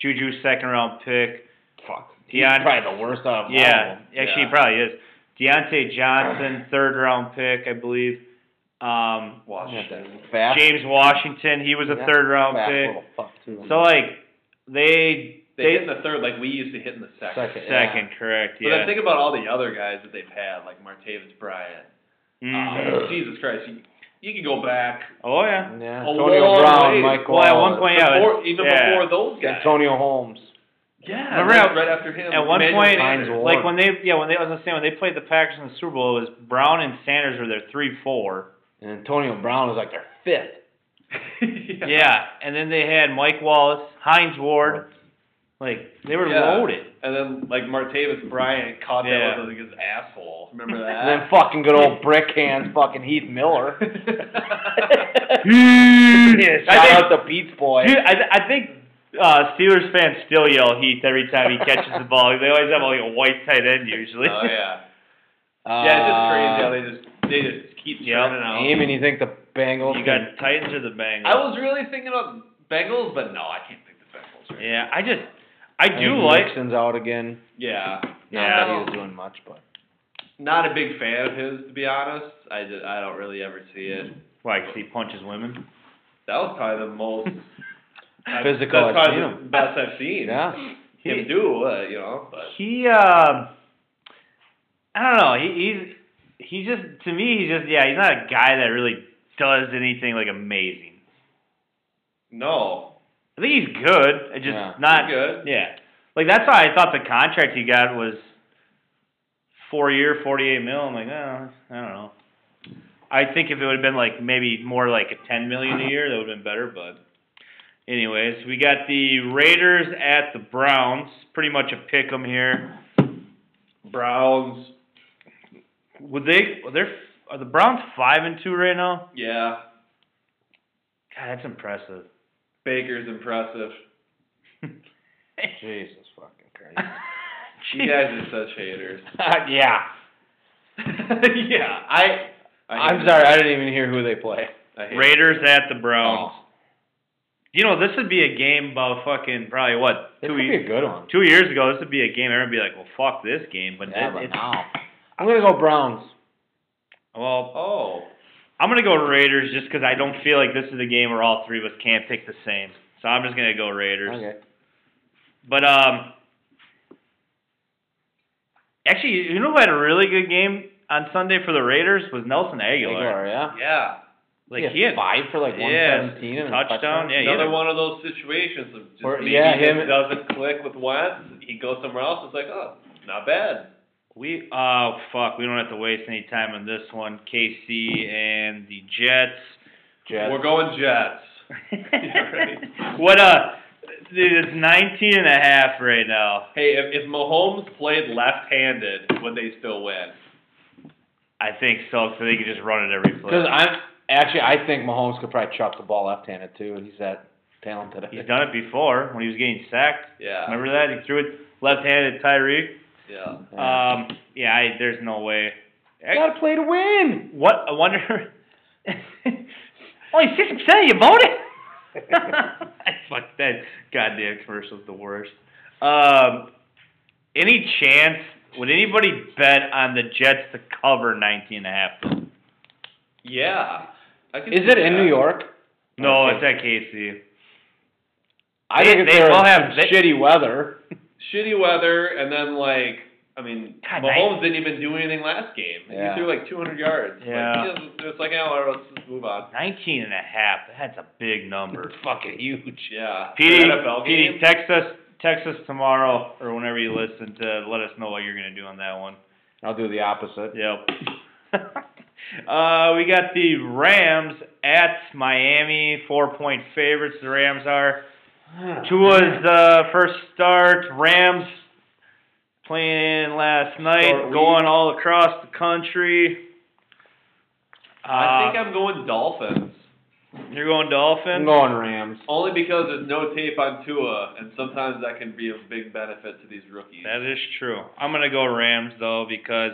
B: Juju second round pick.
A: fuck. He's
B: Deion-
A: probably the worst out of all
B: Yeah,
A: of them.
B: actually, he probably is. Deontay Johnson, third round pick, I believe. Um,
C: Washington.
A: fast.
B: James Washington, he was a
A: yeah,
B: third round
A: fast
B: pick.
A: little fuck too.
B: So uh, like they
C: They, hit in the third like we used to hit in the second.
A: Second.
B: second, correct?
C: But
B: Yeah.
C: then think about all the other guys that they've had, like Martavis Bryant.
B: Mhm.
C: Um, Jesus Christ, you, you can go back.
B: Oh yeah.
A: yeah,
C: a
A: Antonio
C: long
A: Brown,
C: way.
A: Michael.
B: Well, at one point, yeah, it was-
C: before, even
B: yeah.
C: before those guys.
A: Antonio Holmes.
C: Yeah,
B: Remember
C: right,
B: at-
C: right after him.
B: At one
C: Emmanuel
B: point,
A: Hines
C: Sanders.
A: Ward.
B: like when they, yeah, when they, I was gonna say when they played the Packers in the Super Bowl, it was Brown and Sanders were their three, four.
A: And Antonio Brown was like their fifth.
C: yeah.
B: Yeah, and then they had Mike Wallace, Hines Ward, like they were
C: Yeah.
B: loaded.
C: And then like Martavis Bryant caught
B: Yeah.
C: that one with his asshole. Remember
A: And then
C: that?
A: fucking good old brick hands, fucking Heath Miller.
B: Yes.
A: Shout
B: I think-
A: out the Beats boy.
B: Dude, I, I think uh, Steelers fans still yell Heath every time he catches the ball. They always have like a white tight end usually.
C: oh yeah.
A: Uh,
C: Yeah, it's just crazy how they just they just keep
B: Yep.
C: turning out.
A: Eamon, you think the Bengals?
B: You
A: can-
B: got Titans or the Bengals?
C: I was really thinking about Bengals, but no, I can't think the Bengals. Right?
B: Yeah, I just I
A: I
B: do
A: think
B: like.
A: Nixon's out again.
C: Yeah.
A: Not that
B: Yeah.
A: he was doing much, but
C: Not a big fan of his, to be honest. I just I don't really ever see it.
B: Why? 'cause he punches women.
C: That was probably the most I-
A: Physical
C: That's
A: I've
C: probably
A: seen
C: the best I've seen.
A: yeah,
C: Him do, uh, you know, but.
B: He, um, I don't know. He, he's he's just to me. He's just yeah. He's not a guy that really does anything like amazing.
C: No.
B: I think he's good. I just
A: Yeah.
B: not
C: Good.
B: Yeah, like that's why I thought the contract he got was four year, forty eight mil. I'm like, oh, I don't know. I think if it would have been like maybe more like a ten million a year, that would have been better. But, anyways, we got the Raiders at the Browns. Pretty much a pick 'em here.
C: Browns.
B: Would they? They're are the Browns five and two right now?
C: Yeah.
B: God, that's impressive.
C: Baker's impressive.
A: Jesus fucking Christ.
C: You guys are such haters.
A: yeah,
C: yeah. I. I
A: I'm sorry, I didn't even hear who they play.
C: I hate
B: Raiders at the Browns.
A: Oh,
B: You know, this would be a game about fucking probably what
A: it
B: two
A: could be
B: years.
A: a good one.
B: two years ago, this would be a game everyone would be like, well, fuck this game. But
A: Yeah,
B: it-
A: but
B: it's-
A: now I'm gonna go Browns.
B: well,
C: Oh.
B: I'm going to go Raiders just because I don't feel like this is a game where all three of us can't pick the same. So I'm just going to go Raiders.
A: Okay.
B: But, um, actually, you know who had a really good game on Sunday for the Raiders was Nelson Aguilar.
A: Aguilar, yeah.
C: Yeah.
B: Like,
A: he had, five for like
B: yeah,
A: 117 and a
B: touchdown, yeah, he had
C: Another
B: a-
C: one of those situations of just
A: Or-
C: maybe
A: yeah,
C: it
A: him-
C: doesn't click with Wentz. He goes somewhere else. It's like, oh, not bad.
B: We oh fuck, we don't have to waste any time on this one. KC and the Jets.
A: Jets.
C: We're going Jets. right.
B: what uh dude, it's 19 and a half right now.
C: Hey, if, if Mahomes played left-handed, would they still win?
B: I think so, so they could just run it every play.
A: Because I'm actually, I think Mahomes could probably chuck the ball left-handed too. He's that talented.
B: He's done it before when he was getting sacked.
C: Yeah.
B: Remember that? He threw it left-handed to Tyreek.
C: Yeah.
A: Yeah.
B: Um, yeah, I, there's no way.
A: You gotta play to win.
B: What? I wonder. Only six percent of you voted. Fuck that goddamn commercial's the worst. Um, any chance would anybody bet on the Jets to cover 19 and a half?
C: Yeah. I can
A: Is
C: see
A: it in
C: that.
A: New York?
B: No,
A: Okay.
B: it's at KC.
A: I
B: They-
A: think it's
B: they
A: there
B: will
A: in
B: have-
A: some
B: they-
A: shitty weather.
C: Shitty weather, and then like, I mean,
B: God,
C: Mahomes didn't even do anything last game.
A: Yeah.
C: He threw like 200 yards.
B: Yeah.
C: Like, he just, it's like, oh, all right, let's just move on.
B: 19 and a half. That's a big number.
A: fucking huge.
C: Yeah.
B: Petey,
C: NFL
B: Petey,
C: game.
B: text us, text us tomorrow or whenever you listen to let us know what you're gonna do on that one.
A: I'll do the opposite.
B: Yep. uh, we got the Rams at Miami, four point favorites. The Rams are Tua's uh, first start. Rams playing last
C: Short
B: night,
C: week.
B: going all across the country.
C: I think
B: Uh,
C: I'm going Dolphins.
B: you're going
A: I'm
B: Dolphins.
A: going Rams.
C: Only because there's no tape on Tua, and sometimes that can be a big benefit to these rookies.
B: That is true. I'm gonna go Rams though because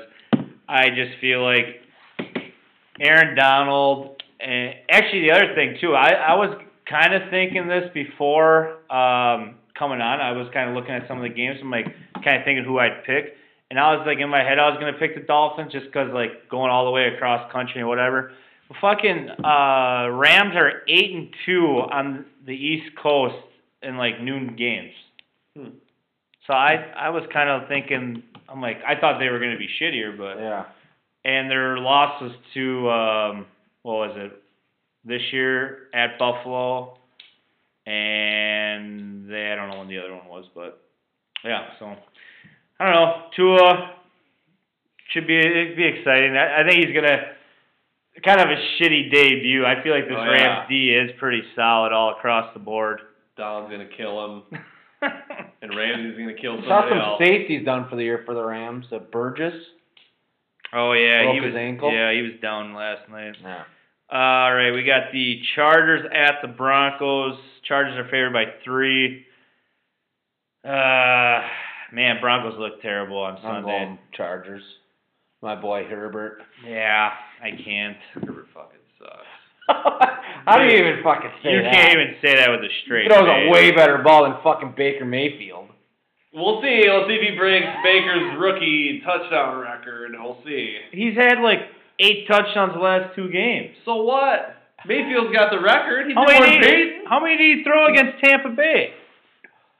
B: I just feel like Aaron Donald and actually the other thing too, I, I was kind of thinking this before um, coming on. I was kind of looking at some of the games. I'm like kind of thinking who I'd pick, and I was like in my head I was gonna pick the Dolphins just 'cause like going all the way across country and whatever. But fucking uh, Rams are eight and two on the East Coast in like noon games.
C: Hmm.
B: So I I was kind of thinking I'm like I thought they were gonna be shittier, but
A: Yeah.
B: and their losses to um what was it this year at Buffalo and they I don't know when the other one was but yeah so I don't know Tua should be it'd be exciting I, I think he's gonna kind of a shitty debut I feel like this
C: Oh, yeah.
B: Rams D is pretty solid all across the board
C: Donald's gonna kill him, and Ramsey's gonna kill
A: Saw
C: somebody
A: some
C: else.
A: safeties done for the year for the Rams. Uh, Burgess.
B: oh yeah
A: Broke
B: he was
A: his ankle?
B: yeah he was down last night
A: Yeah.
B: All right, we got the Chargers at the Broncos. Chargers are favored by three. Uh, man, Broncos look terrible on
A: I'm
B: Sunday.
A: going Chargers. My boy Herbert.
B: Yeah, I can't.
C: Herbert fucking sucks.
A: How do you even fucking say
B: you
A: that?
B: can't even say that with a
A: He
B: straight
A: throws a
B: face.
A: way better ball than fucking Baker Mayfield.
C: We'll see. We'll see if he breaks Baker's rookie touchdown record. We'll see.
B: He's had like eight touchdowns the last two games.
C: So what? Mayfield's got the record. He's
B: How
C: more
B: many, did he, how many did he throw against Tampa Bay?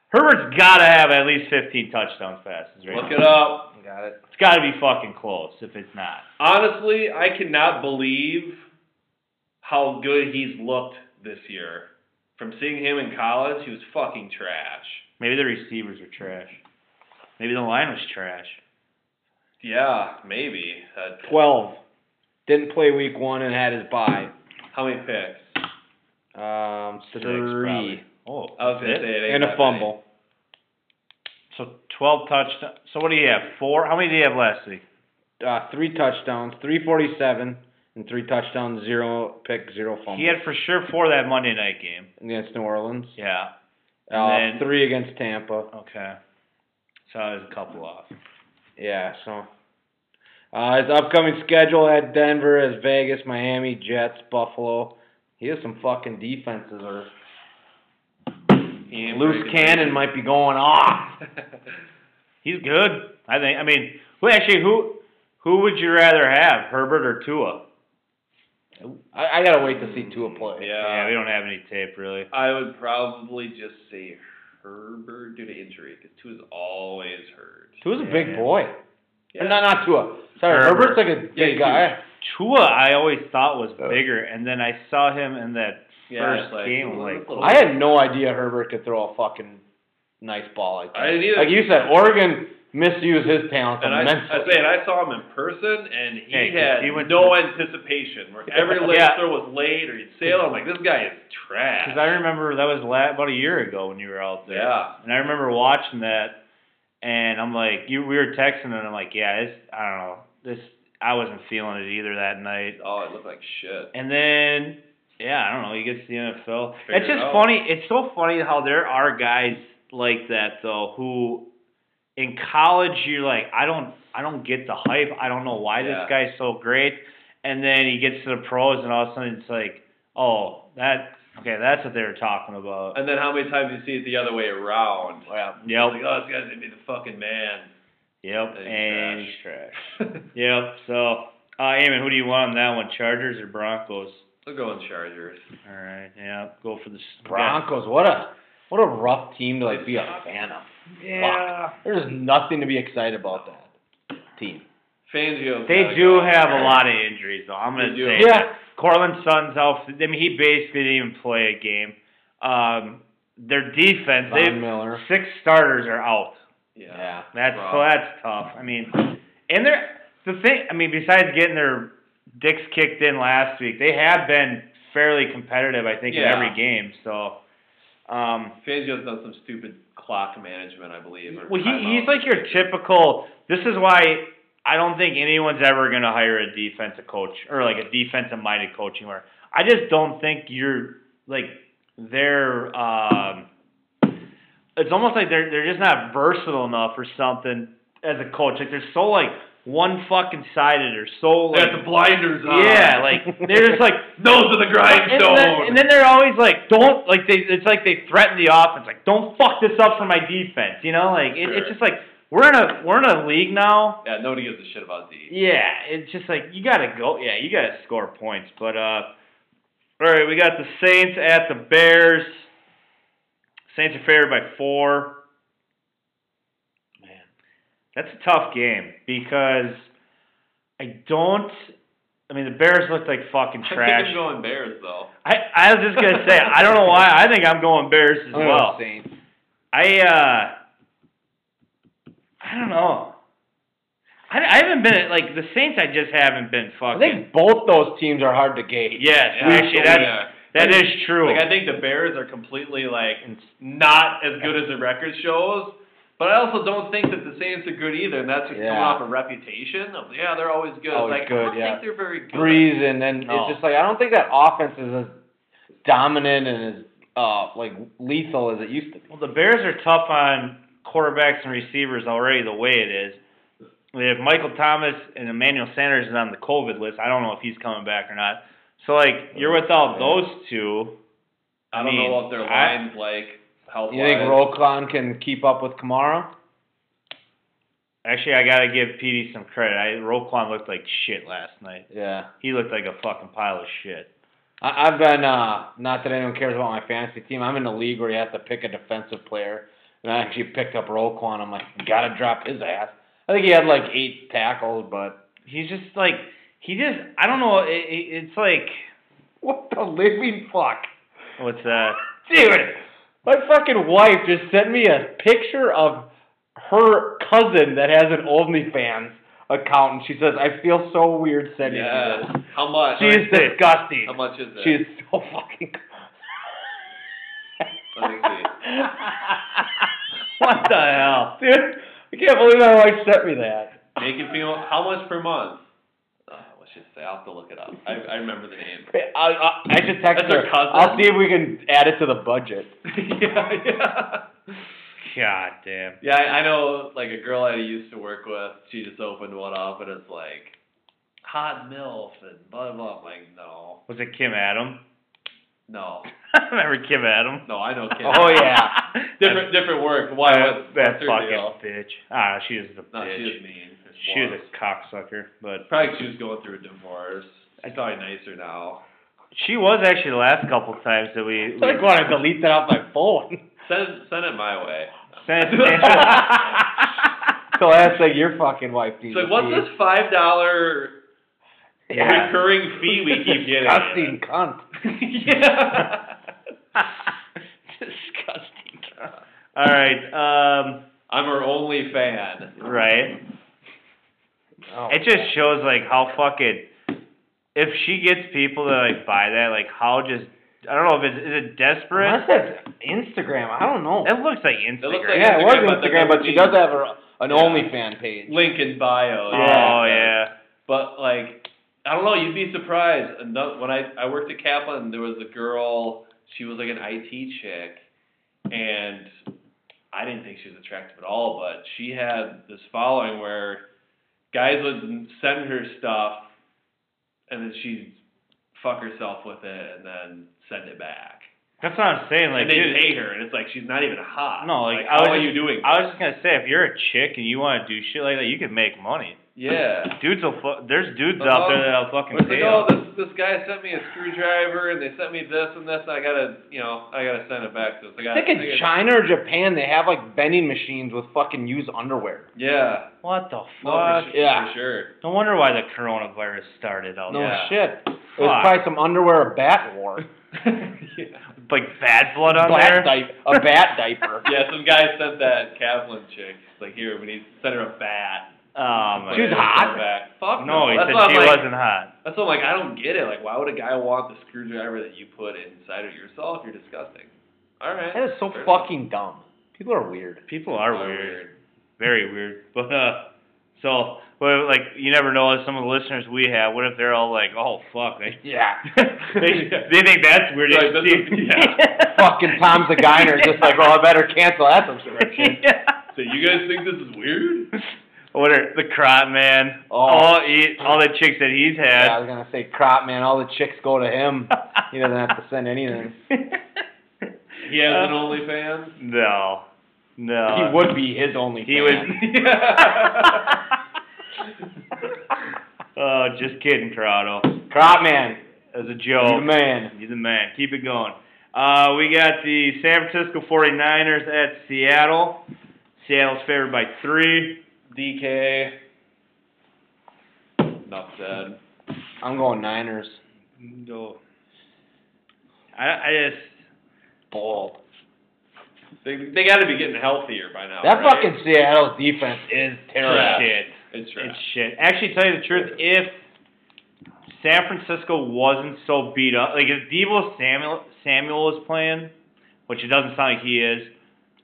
B: Herbert's got to have at least 15 touchdowns passes right
C: Look
B: now.
C: it up.
A: Got it.
B: It's got to be fucking close if it's not.
C: Honestly, I cannot believe how good he's looked this year. From seeing him in college, he was fucking trash.
B: Maybe the receivers were trash. Maybe the line was trash.
C: Yeah, maybe. Uh,
A: Twelve. Didn't play week one and had his bye.
C: how many picks?
A: Um,
B: Six,
A: three
B: probably. Oh,
C: I was gonna
B: that's
C: say
B: it?
C: it ain't
A: and a
C: that
A: fumble.
B: So twelve touchdowns. So what do you have? Four. How many did you have last week?
A: Uh, three touchdowns, three forty-seven, and three touchdowns, zero pick, zero fumble
B: He had for sure four that Monday night game.
A: against New Orleans.
B: Yeah.
A: Uh,
B: and then-
A: three against Tampa.
B: Okay. So I was a couple off.
A: Yeah, so. Uh, his upcoming schedule at Denver is Vegas, Miami, Jets, Buffalo. He has some fucking defenses, or
C: big. He ain't
A: loose
C: breaking
A: cannon might be going off.
B: He's good. I think. I mean, who actually who who would you rather have, Herbert or Tua?
A: I, I gotta wait to see Tua play.
B: yeah,
C: yeah.
B: we don't have any tape really.
C: I would probably just say Herbert due to injury because Tua's always hurt.
A: Tua's a
B: Yeah,
A: big
B: man.
A: boy.
C: Yeah.
A: Or Not not Tua. Sorry, Herbert's
B: Herbert.
A: like a
C: Yeah,
A: big guy.
B: Tua, I always thought was
A: So-
B: bigger, and then I saw him in that
C: Yeah,
B: first
C: it's like-
B: game. I'm like,
A: I had no idea Herbert could throw a fucking nice ball like that.
C: I didn't either.
A: Like you said, Oregon misused his talent
C: And I, I
A: immensely.
C: say, and I saw him in person, and he
B: Yeah, 'cause
C: had
B: he went
C: no anticipation. Where every late
B: Yeah.
C: throw was late or he'd sail. I'm like, this guy is trash.
B: Because I remember that was la- about a year ago when you were out there.
C: Yeah.
B: And I remember watching that, and I'm like, you we were texting, and I'm like, yeah, this, I don't know, this, I wasn't feeling it either that night.
C: Oh, it looked like shit.
B: And then, yeah, I don't know, he gets to the NFL.
C: Figure
B: it's
C: it
B: just
C: out.
B: funny. It's so funny how there are guys like that though who. In college, you're like, I don't, I don't get the hype. I don't know why
C: Yeah.
B: this guy's so great. And then he gets to the pros, and all of a sudden, it's like, oh, that Okay, that's what they were talking about.
C: And then how many times you see it the other way around?
B: Well,
C: Like,
B: yep,
C: oh, this guy's gonna be the fucking man.
B: yep,
C: He's
B: and
C: trash.
B: trash. Yep. So, uh, Eamon, who do you want on that one? Chargers or Broncos?
C: We're going Chargers.
B: All right. Yeah. Go for the s-
A: Broncos, what a what a rough team to like be a fan of.
B: Yeah.
A: There's nothing to be excited about that team.
C: Fangio.
B: They do have a lot of injuries, though. I'm gonna
C: They do.
B: say.
A: Yeah.
B: Cortland Sutton's out. for- I mean, he basically didn't even play a game. Um, their defense.
A: Von
B: They
A: Miller.
B: six starters are out.
C: Yeah.
A: Yeah.
B: That's so
C: Wow.
B: that's tough. I mean, and they're the thing. I mean, besides getting their dicks kicked in last week, they have been fairly competitive. I think in
C: Yeah.
B: every game. So, um,
C: Fangio's done some stupid clock management, I believe. or
B: well, he, he's
C: timeout.
B: like your typical. This is why I don't think anyone's ever going to hire a defensive coach or like a defensive-minded coach anymore. I just don't think you're like they're. Um, it's almost like they're they're just not versatile enough or something as a coach. Like they're so like one fucking sided or so
C: They
B: like
C: got the blinders on.
B: yeah like they're just like
C: nose to the
B: and
C: grindstone.
B: then, and then they're always like, don't like they. It's like they threaten the offense, like don't fuck this up for my defense. You know, like it,
C: Sure.
B: it's just like we're in a we're in a league now.
C: yeah, nobody gives a shit about D.
B: Yeah, it's just like you gotta go. Yeah, you gotta score points. But uh, all right, we got the Saints at the Bears. Saints are favored by four.
A: Man.
B: That's a tough game because I don't. I mean, the Bears looked like fucking
C: I
B: trash.
C: think I'm going Bears though.
B: I, I was just gonna say I don't know why I think I'm going Bears
C: Oh,
B: as well.
A: Saints.
B: I uh I don't know. I, I haven't been like the Saints. I just haven't been
A: I
B: fucking.
A: think both those teams are hard to gauge.
B: Yes, actually, that
C: yeah.
B: that is true.
C: Like I think the Bears are completely like not as good as the record shows. But I also don't think that the Saints are good either, and that's just coming
A: Yeah.
C: off a reputation of yeah, they're always good.
A: Always
C: like
A: good,
C: I don't
A: yeah.
C: think they're very good.
A: Breeze and then
B: No.
A: it's just like I don't think that offense is as dominant and as uh like lethal as it used to be.
B: Well, the Bears are tough on quarterbacks and receivers already the way it is. They have Michael Thomas and Emmanuel Sanders is on the COVID list. I don't know if he's coming back or not. So like you're without those two.
C: I don't
B: mean,
C: know what their
B: I-
C: lines like health
A: You think Roquan can keep up with Kamara?
B: Actually, I gotta give Petey some credit. I Roquan looked like shit last night.
A: Yeah.
B: He looked like a fucking pile of shit.
A: I, I've been uh not that anyone cares about my fantasy team. I'm in a league where you have to pick a defensive player, and I actually picked up Roquan. I'm like, gotta drop his ass. I think he had like eight tackles, but
B: He's just like he just I don't know. It, it, it's like
A: what the living fuck,
B: what's that?
A: dude? My fucking wife just sent me a picture of her cousin that has an OnlyFans account, and she says, I feel so weird sending
C: Yeah.
A: you this.
C: How much?
A: She is disgusting.
C: How much is it?
A: She is so fucking.
C: Let me see.
B: What the hell?
A: dude? I can't believe my wife sent me that.
C: Naked female. How much per month? Uh, what's she say? I'll have to look it up. I, I remember the name.
A: I, I, I should text
C: That's her
A: her.
C: cousin?
A: I'll see if we can add it to the budget.
C: yeah, yeah.
B: God damn.
C: Yeah, I, I know. Like a girl I used to work with, she just opened one up, and it's like hot milf and blah blah. I'm like, no,
B: Was it Kim Adam?
C: no,
B: Remember Kim Adam?
C: no. I know kids.
A: Oh, yeah.
C: different different work. Why?
B: That,
C: what's-
B: that
C: what's her
B: fucking
C: deal?
B: bitch. Ah, she was a
C: No,
B: bitch.
C: she was mean.
B: She was
C: Just
B: a cocksucker, but
C: Probably she was going through a divorce. She's probably nicer now.
B: she was actually the last couple times that we, we
A: I like want to delete that off my phone.
C: Send send it my way.
B: sent it to-
A: So that's like your fucking wife needs
C: It's like,
A: to
C: what's
A: see.
C: this five dollar
B: Yeah.
C: recurring fee we keep getting?
A: Disgusting cunt.
C: yeah.
B: Disgusting. All right. Um.
C: I'm her only fan.
B: Right.
A: Oh,
B: It just shows like how fucking if she gets people to like buy that, like how just I don't know if it's is it
A: unless
B: desperate.
A: that's Instagram. I don't know.
B: That looks like Instagram.
C: looks like
A: yeah, it was
C: Instagram, but
A: Instagram, but she
C: that's
A: does have her, an
C: Yeah.
A: OnlyFans page.
C: Link in bio.
B: Oh yeah.
C: But like, I don't know. You'd be surprised. And the- When I I worked at Kaplan, there was a girl. She was like an IT chick, and I didn't think she was attractive at all. But she had this following where guys would send her stuff, and then she'd fuck herself with it and then send it back.
B: That's what I'm saying. Like,
C: and they
B: dude,
C: pay her, and it's like she's not even hot.
B: No, like, I
C: how
B: was
C: are
B: just-
C: you doing?
B: I was just gonna say, if you're a chick and you want to do shit like that, you can make money.
C: yeah.
B: Dudes will. Fu- there's dudes out there that'll fucking
C: It's like,
B: pay.
C: oh,
B: up.
C: this this guy sent me a screwdriver, and they sent me this and this. And I gotta, you know, I gotta send it back to this. I
A: I
C: gotta,
A: think in
C: I gotta-
A: China or Japan they have like vending machines with fucking used underwear.
C: Yeah.
B: What the
C: No, for
B: fuck?
C: sure,
A: yeah.
C: For sure.
B: No wonder why the coronavirus started out.
A: No
B: there.
C: Oh, Yeah.
A: shit. It was
B: Fuck.
A: probably some underwear a bat wore.
C: yeah.
B: Like bad blood on
A: Bat
B: there.
A: di- a bat diaper.
C: yeah, some guy sent that Kaplan chick. Like here, we need sent her a bat.
B: Oh my.
C: Like,
A: She's
C: send her
A: hot.
C: Back. Fuck
B: No, he
C: That's
B: said
C: why I'm
B: she
C: like,
B: wasn't hot.
C: That's why I'm like, I don't get it. Like, why would a guy want the screwdriver that you put inside of yourself? You're disgusting. All right.
A: That is so
C: Fair enough.
A: fucking dumb. People are weird.
B: People are
C: Are
B: weird. very weird. But uh, so, but like, you never know. Some of the listeners we have, what if they're all like, "Oh fuck," they
A: Yeah.
B: they, they think that's weird.
C: Right, that's what- yeah.
A: fucking Tom's the Giner just like, oh, I better cancel that subscription.
C: So you guys think this is weird?
B: What are the crop man?
A: Oh.
B: All he, all the chicks that he's
A: Yeah, I
B: had.
A: was gonna say crop man. All the chicks go to him. He doesn't have to send anything.
C: He has an
A: Uh,
C: OnlyFans.
B: No, no.
A: He would be his only.
B: He would. oh, just kidding, Corrado.
A: crop man.
B: As a joke.
A: You the man.
B: He's a man. Keep it going. Uh, we got the San Francisco 49ers at Seattle. Seattle's favored by three.
C: DK. Enough said.
A: I'm going Niners.
B: Go. I, I just
A: Bold.
C: They they got to be getting healthier by now.
A: That
C: right?
A: fucking Seattle defense is
C: Trash.
A: terrible.
B: Oh, shit.
C: It's trash.
B: It's shit. Actually, tell you the truth, if San Francisco wasn't so beat up, like if Debo Samuel Samuel was playing, which it doesn't sound like he is,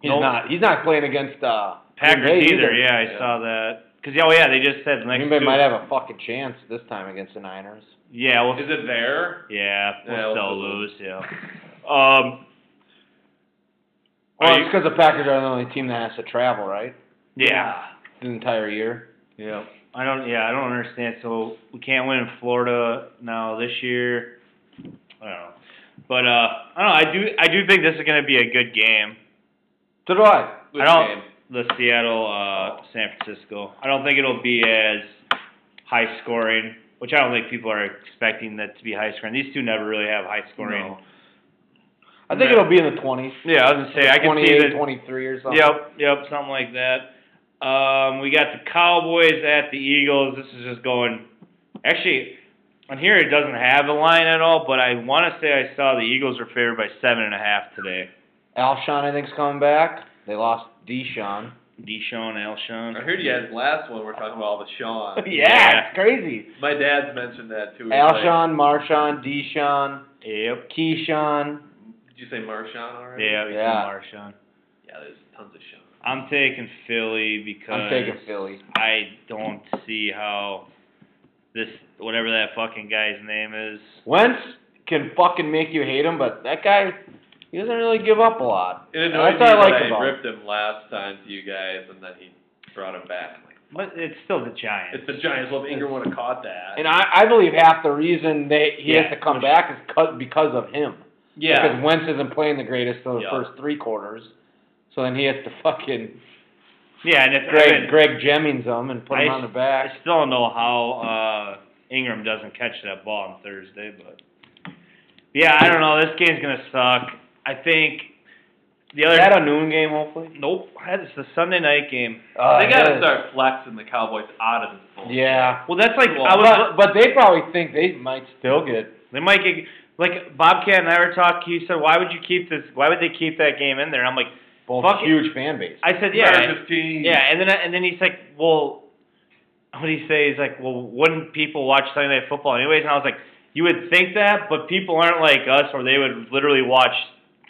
A: He's
B: no-
A: not. He's not playing against uh, Green
B: Packers
A: Bay
B: either. Yeah, I
C: Yeah.
B: saw that. Cause yeah, oh yeah, they just said the next
A: Green Bay
B: two-
A: might have a fucking chance this time against the Niners.
B: Yeah, well,
C: Is it there?
B: Yeah, we'll
C: Yeah, we'll
B: still
C: still
B: lose. Yeah. Um.
A: Well,
B: are you-
A: it's because the Packers are the only team that has to travel, right?
B: yeah.
A: The entire year.
B: Yeah. I don't. Yeah, I don't understand. So we can't win in Florida now this year. I don't know. But uh, I don't know. I do. I do think this is going to be a good game.
A: So do I.
C: Which
B: I don't.
C: game?
B: The Seattle, uh, San Francisco. I don't think it'll be as high scoring, which I don't think people are expecting that to be high scoring. These two never really have high scoring.
A: No. I think it'll be in the 20s.
B: Yeah, I was gonna say I can see
A: 28,
B: that
A: 23 or something.
B: Yep, yep, something like that. Um, we got the Cowboys at the Eagles. This is just going. Actually, on here it doesn't have a line at all, but I want to say I saw the Eagles were favored by seven and a half today.
A: Alshon, I think's coming back. They lost Deshaun.
B: Deshaun, Alshon.
C: I heard you guys last one. We're talking about all the Sean.
B: Yeah.
A: it's crazy.
C: My dad's mentioned that too. He's Like,
A: Alshon, Marshawn, Deshaun,
B: Yep.
A: Keyshawn.
C: Did you say Marshawn already?
B: Yeah, we
A: Yeah.
B: yeah. Marshawn.
C: Yeah, there's tons of Sean.
B: I'm taking Philly because
A: I'm taking Philly.
B: I don't see how this whatever that fucking guy's name is.
A: Wentz can fucking make you hate him, but that guy, he doesn't really give up a lot.
C: It
A: That's
C: annoyed me
A: what I
C: that
A: like
C: I
A: about him.
C: ripped him last time to you guys, and then he brought him back. I'm Like,
B: But it's still the Giants.
C: it's the Giants. Well, if Ingram would have caught that.
A: And I, I believe half the reason they he
B: Yeah,
A: has to come
B: for
A: back is 'cause- because of him.
C: yeah.
A: Because Wentz isn't playing the greatest for the
C: Yeah.
A: first three quarters, so then he has to fucking
B: yeah, and if I mean-
A: Greg Greg Jennings him and put him
B: I-
A: on the
B: I
A: back.
B: still don't know how uh, Ingram doesn't catch that ball on Thursday, but yeah, I don't know. This game's gonna suck. I think the
A: Is
B: other
A: that a noon game, hopefully?
B: nope. It's the Sunday night game.
A: Uh,
C: they
A: it
C: gotta
A: is.
C: start flexing the Cowboys out of this bullshit.
A: Yeah.
B: Well, that's like I
C: Well,
B: was.
A: But, but they probably think they might still get.
B: They might get like Bobcat and I were talking. He said, "Why would you keep this? Why would they keep that game in there?" I'm like,
A: Both
B: Fuck it.
A: huge fan base.
B: I said, yeah,
C: America's team.
B: yeah, and then I- and then he's like, well, what did he say? He's like, well, wouldn't people watch Sunday Night Football anyways? And I was like, you would think that, but people aren't like us, or they would literally watch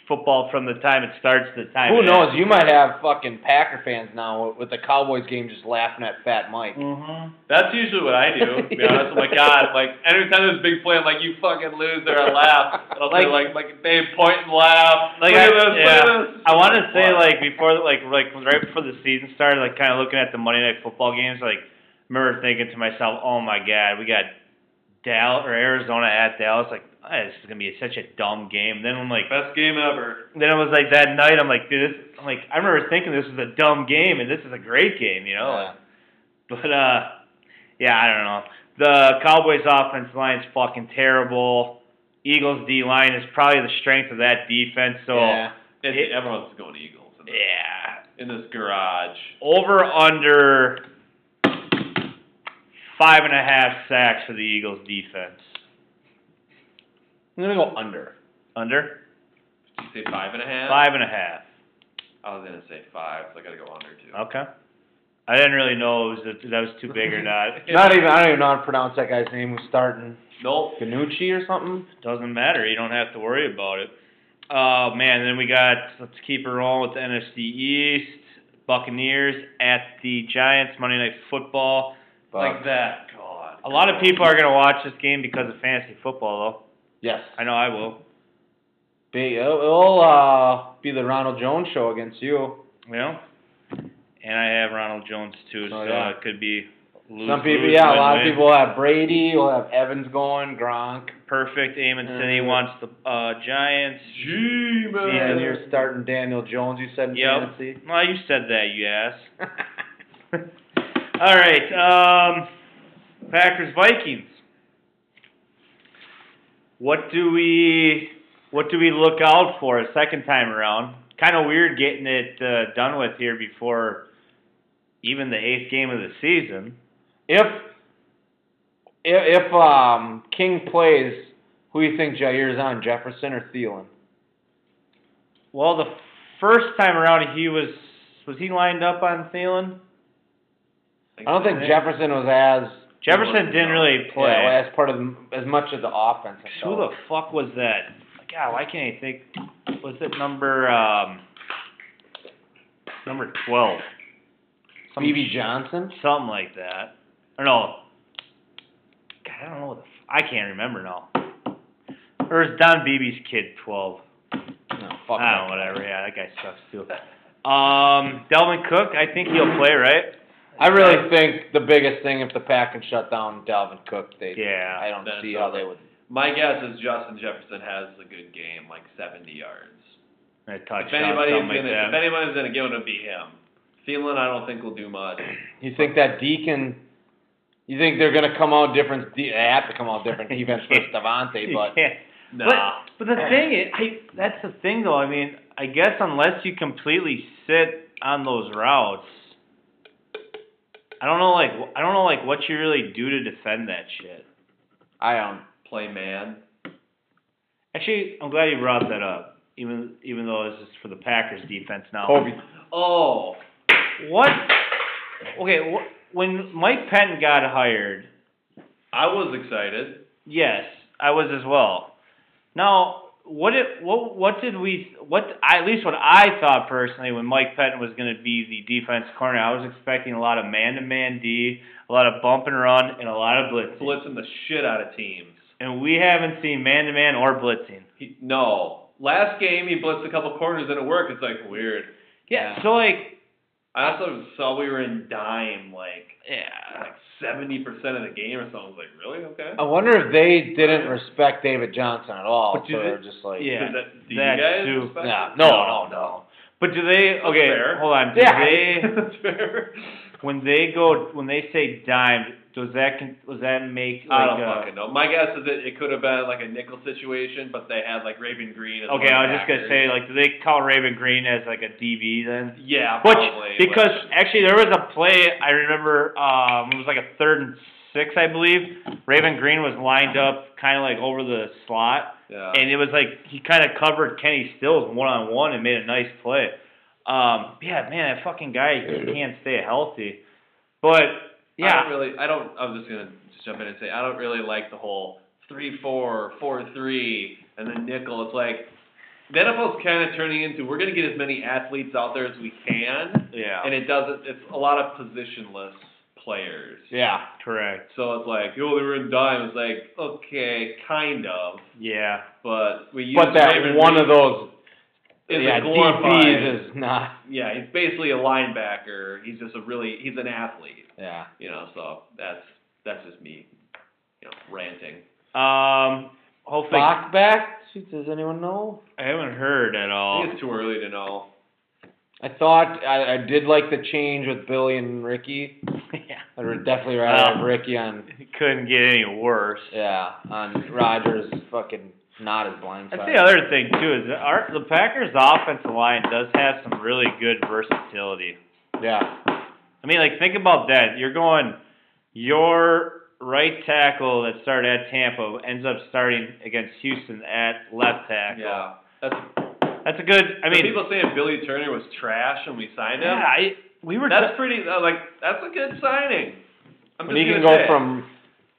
B: football from the time it starts to the time.
A: Who
B: it
A: knows? You might have fucking Packer fans now with the Cowboys game just laughing at Fat Mike.
B: Mm-hmm.
C: That's usually what I do. To be honest, I'm like, God, like every time there's a big play, I'm like, you fucking loser, I laugh. And I'll like, like, like they point and laugh.
B: Like I,
C: look at this,
B: yeah,
C: look at this.
B: I want to say like before, like like right before the season started, like kind of looking at the Monday Night Football games, like remember thinking to myself, oh my god, we got Dallas or Arizona at Dallas, like ah, this is gonna be such a dumb game. Then I'm like,
D: Best game ever.
B: then it was like that night. I'm like, dude, this, I'm like, I remember thinking this was a dumb game, and this is a great game, you know.
A: Yeah.
B: But uh, yeah, I don't know. The Cowboys' offense line is fucking terrible. Eagles' D line is probably the strength of that defense. So
A: yeah.
C: It's,
B: It-
C: everyone's going Eagles in this,
B: yeah.
C: in this garage.
B: over under five and a half sacks for the Eagles' defense.
A: I'm gonna go under.
B: Under
C: Did you say five and a half?
B: five and a half.
C: I was gonna say five, so I gotta go under two.
B: Okay. I didn't really know it was if that was too big or not.
A: Not even I don't even know how to pronounce that guy's name who's starting.
C: Nope.
A: Ganucci or something.
B: Doesn't matter. You don't have to worry about it. Oh man, then we got let's keep it rolling with the NFC East. Buccaneers at the Giants Monday Night Football.
A: Fuck.
D: Like that.
C: God.
B: A lot of people are gonna watch this game because of fantasy football,
A: Yes.
B: though. I know I will.
A: Be, it'll, it'll uh, be the Ronald Jones show against you.
B: You know, and I have Ronald Jones too,
A: Oh,
B: so
A: yeah.
B: it could be lose,
A: Some people,
B: lose,
A: yeah, a
B: win,
A: lot
B: win.
A: of people will have Brady, will have Evans going, Gronk.
B: Perfect. Amon City
A: Mhm.
B: wants the uh, Giants.
A: And
B: Yeah.
A: then you're starting Daniel Jones, you said in
B: Yep.
A: fantasy.
B: Well, you said that, you ass. All right. Um, Packers Vikings. What do we what do we look out for a second time around? Kind of weird getting it uh, done with here before even the eighth game of the season.
A: If if, if um, King plays, who you think Jair's on, Jefferson or Thielen?
B: Well, the first time around he was was he lined up on Thielen?
A: I don't think Jefferson was as
B: Jefferson didn't really play.
A: yeah, as part of the, as much of the offense. I
B: Who
A: felt.
B: the fuck was that? God, why can't I think? Was it number um number twelve? Some
A: BB Johnson?
B: something like that. Or no. God, I don't know. What the f- I can't remember now. Or is Don Beebe's kid twelve?
A: No, fuck
B: I don't know, Ah, whatever. Yeah, that guy sucks too. Um, Delvin Cook, I think he'll play, right?
A: I really think the biggest thing if the pack can shut down Dalvin Cook, they
B: Yeah.
A: I don't
C: Then
A: see
C: it's
A: how
C: over.
A: they would.
C: My guess is Justin Jefferson has a good game, like 70 yards.
B: A touchdown,
C: if anybody's
B: Uh, something like
C: gonna,
B: that.
C: if anybody's gonna give it, it'll be him. Thielen, I don't think will do much.
A: You think that Deacon? You think they're gonna come out different? They have to come out different defense for Devontae,
B: You
A: but
B: can't-
C: Nah.
B: But, but the thing is, I, that's the thing though. I mean, I guess unless you completely sit on those routes, I don't know like I don't know like what you really do to defend that shit.
A: I don't.
C: Play man.
B: Actually, I'm glad you brought that up. Even even though this is for the Packers defense now.
A: Kobe,
C: Oh,
B: What? Okay, wh- when Mike Penn got hired,
C: I was excited.
B: Yes, I was as well. Now, what did what what did we what I, at least what I thought personally when Mike Pettin was going to be the defense corner, I was expecting a lot of man to man D, a lot of bump and run, and a lot of blitzing.
C: Blitzing the shit out of teams.
B: And we haven't seen man to man or blitzing.
C: He, no. Last game he blitzed a couple corners and it worked. It's like weird.
A: Yeah.
B: So like,
C: I also saw we were in dime like
B: yeah, Oh,
C: like seventy percent of the game or something. I was like, really? Okay.
A: I wonder if they didn't respect David Johnson at all.
B: But
A: So
B: you
A: they're just like,
B: yeah.
C: Is that, do
B: that
C: you guys
B: too.
C: respect
A: Yeah.
C: it?
A: No, no, no.
B: But do they?
C: That's
B: Okay,
C: fair.
B: hold on. Do
A: Yeah.
B: they?
C: That's fair.
B: When they go, when they say dime, does that con- does that make like
C: I don't
B: uh,
C: fucking know. My guess is that it could have been like a nickel situation, but they had like Raven Green. As
B: Okay,
C: one
B: I
C: of
B: was
C: the
B: just gonna
C: backers.
B: say, like, do they call Raven Green as like a DB then?
C: Yeah,
B: Which
C: probably.
B: because
C: which-
B: actually there was a play I remember um, it was like a third and six I believe. Raven Green was lined up kind of like over the slot,
C: yeah.
B: and it was like he kind of covered Kenny Stills one on one and made a nice play. Um, yeah, man, that fucking guy he can't stay healthy. But
C: I
B: yeah,
C: don't really. I don't. I was just gonna just jump in and say I don't really like the whole three four four three and then nickel. It's like the NFL's kind of turning into we're gonna get as many athletes out there as we can,
B: yeah,
C: and it doesn't. It's a lot of positionless players.
A: yeah.
B: correct.
C: So it's like, oh, they were in dime. It's like, okay, kind of,
B: Yeah,
C: but we use
A: But that
C: Raven
A: one
C: Reed
A: of those,
C: is a
A: yeah,
C: glorified-
A: DBs is not.
C: yeah, he's basically a linebacker. He's just a really he's an athlete,
A: Yeah.
C: you know. So that's that's just me. you know, ranting.
B: Um, hopefully,
A: Bach back? Does anyone know?
B: I haven't heard at
C: I
B: all.
C: think it's too early to know.
A: I thought I, I did like the change with Billy and Ricky.
B: yeah,
A: I'd definitely rather
C: Oh.
B: Um,
A: have Ricky on.
B: it couldn't get any worse.
A: Yeah, on Rogers fucking not as
B: That's
A: blindside.
B: the other thing too is that our the Packers' offensive line does have some really good versatility.
A: Yeah,
B: I mean, like think about that. You're going your right tackle that started at Tampa ends up starting against Houston at left tackle.
C: Yeah. That's,
B: That's a good. I
C: I
B: mean,
C: mean, people saying Billy Turner was trash when we signed
B: yeah,
C: him.
B: I, we were.
C: That's pretty. uh, Like that's a good signing. I'm
A: when
C: just
A: you can
C: gonna
A: go
C: say.
A: from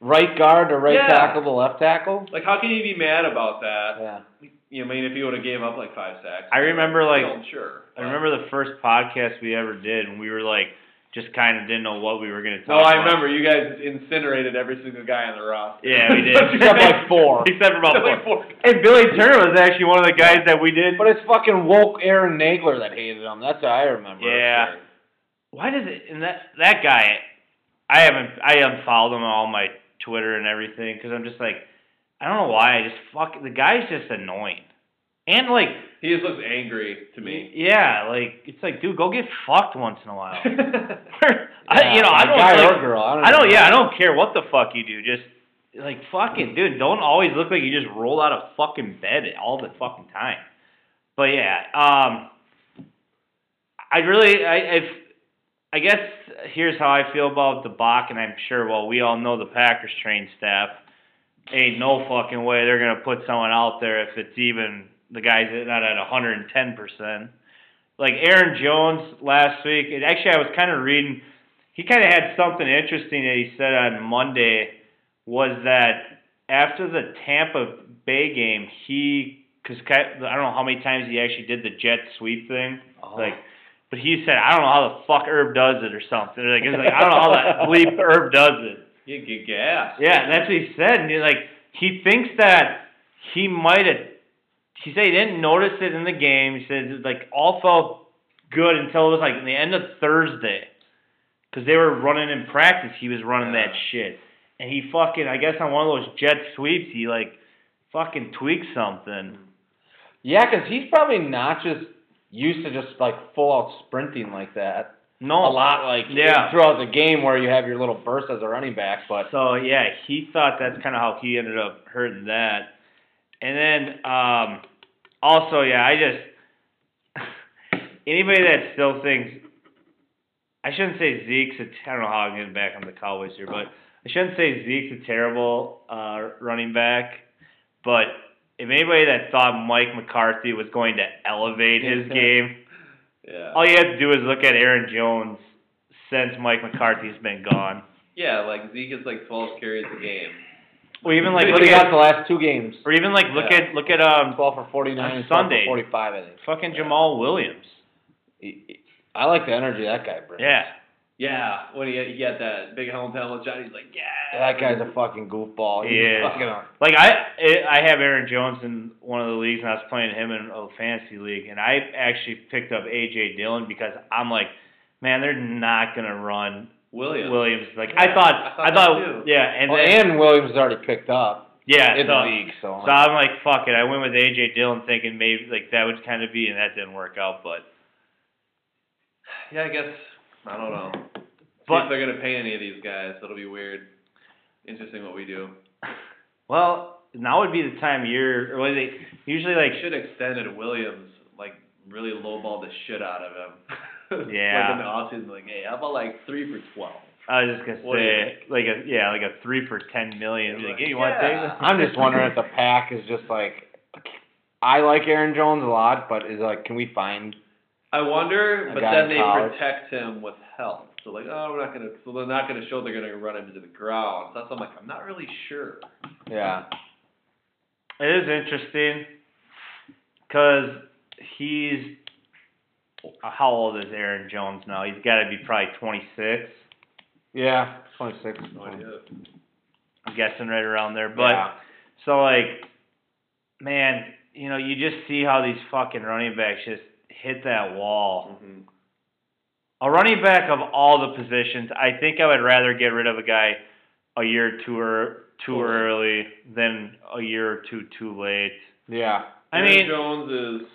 A: right guard to right
C: Yeah.
A: tackle to left tackle.
C: like how can you be mad about that?
A: Yeah,
C: You know, I mean, if you would have gave up like five sacks.
B: I remember, like-
C: Still, sure.
B: I remember the first podcast we ever did, and we were like, just kind of didn't know what we were gonna talk.
C: No, I
B: about.
C: remember you guys incinerated every single guy on the roster.
B: Yeah, we did.
A: Except like four.
B: Except for about
C: Like
B: four.
C: four.
B: And Billy Turner was actually one of the guys that we did.
A: but it's fucking woke Aaron Nagler that hated him. That's what I remember.
B: Yeah. Why does it? And that that guy, I haven't I unfollowed him on all my Twitter and everything because I'm just like, I don't know why. I just fuck the guy's just annoying. And like,
C: He just looks angry to me.
B: yeah, like it's like, dude, go get fucked once in a while. I,
A: Yeah,
B: you know, I
A: like
B: don't.
A: guy
B: like-
A: or girl. I don't.
B: I don't.
A: know.
B: Yeah, I don't care what the fuck you do. Just like fucking dude, don't always look like you just roll out of fucking bed all the fucking time. But yeah, um, I really, I, if I guess here's how I feel about the Bach, and I'm sure. Well, we all know the Packers train staff. Ain't no fucking way they're gonna put someone out there if it's even the guy's not at 110 percent. Like Aaron Jones last week, and actually I was kind of reading he kind of had something interesting that he said on Monday was that after the Tampa Bay game, he because I don't know how many times he actually did the jet sweep thing,
A: Oh.
B: like. But he said, I don't know how the fuck Herb does it or something. Like, it's like I don't know how that bleep Herb does it.
C: You get gas.
B: Yeah, and that's what he said. And he, like he thinks that he might have. He said he didn't notice it in the game. He said it, like all felt good until it was like the end of Thursday, because they were running in practice. He was running that shit, and he fucking. I guess on one of those jet sweeps, he like fucking tweaked something.
A: Yeah, 'cause he's probably not just used to just like full out sprinting like that.
B: No,
A: A lot like
B: Yeah.
A: throughout the game where you have your little burst as a running back, but
B: So yeah, he thought that's kind of how he ended up hurting that. And then um, also yeah, I just anybody that still thinks I shouldn't say Zeke's a I don't know how I'm getting back on the Cowboys here, but I shouldn't say Zeke's a terrible uh, running back, but if anybody that thought Mike McCarthy was going to elevate his game,
C: Yeah.
B: all you have to do is look at Aaron Jones since Mike McCarthy's been gone.
C: Yeah, like Zeke is like 12 carries a game.
B: Or even like
A: what
B: look
A: he
B: at
A: got the last two games.
B: Or even like look
C: Yeah.
B: at look at um
A: Twelve for forty nine
B: On
A: and 12
B: Sunday.
A: for forty five, I think.
B: fucking Jamal Williams.
A: He- he- I like the energy that guy brings.
B: Yeah.
C: Yeah, when he had, he had that big helmet penalty with Johnny, he's like, yeah.
A: That guy's a fucking goofball. He's
B: Yeah.
A: fucking a-
B: Like I I have Aaron Jones in one of the leagues and I was playing him in a fantasy league and I actually picked up AJ Dillon because I'm like, man, they're not gonna run
C: Williams.
B: Williams. Like
C: Yeah,
B: I thought
C: I
B: I
C: thought
B: thought,
C: that too.
B: yeah, and
A: Well,
B: then
A: Oh, and Williams is already picked up
B: yeah,
A: in
B: so,
A: the league, so,
B: so I'm like, fuck it. I went with AJ Dillon thinking maybe like that would kind of be and that didn't work out, but
C: Yeah, I guess I don't know. See
B: But-
C: if they're gonna pay any of these guys, that'll be weird. Interesting what we do.
B: well, now would be the time of year or what is it? usually like
C: They should extended Williams, like really lowball the shit out of him.
B: Yeah.
C: like in the offseason, like, hey, how about like three for twelve?
B: I was just gonna
C: What do you
B: say like a yeah, like a three for ten million. Be Like,
C: Yeah.
B: hey, you want to take this?
A: I'm just wondering if the pack is just like I like Aaron Jones a lot, but is like can we find
C: I wonder,
A: A
C: but
A: guy
C: then
A: in
C: they
A: college.
C: protect him with health. So like, oh, we're not gonna. So they're not gonna show they're gonna run him into the ground. So that's I'm like, I'm not really sure.
A: yeah.
B: It is interesting because he's how old is Aaron Jones now? He's got to be probably 26.
A: Yeah, 26.
C: No idea.
B: I'm guessing right around there. But
A: Yeah.
B: so like, man, you know, you just see how these fucking running backs just hit that wall.
C: Mhm.
B: A running back of all the positions, I think I would rather get rid of a guy a year or two or too early, then a year or two too late.
A: Yeah.
B: I
C: Aaron
B: mean,
C: Jones is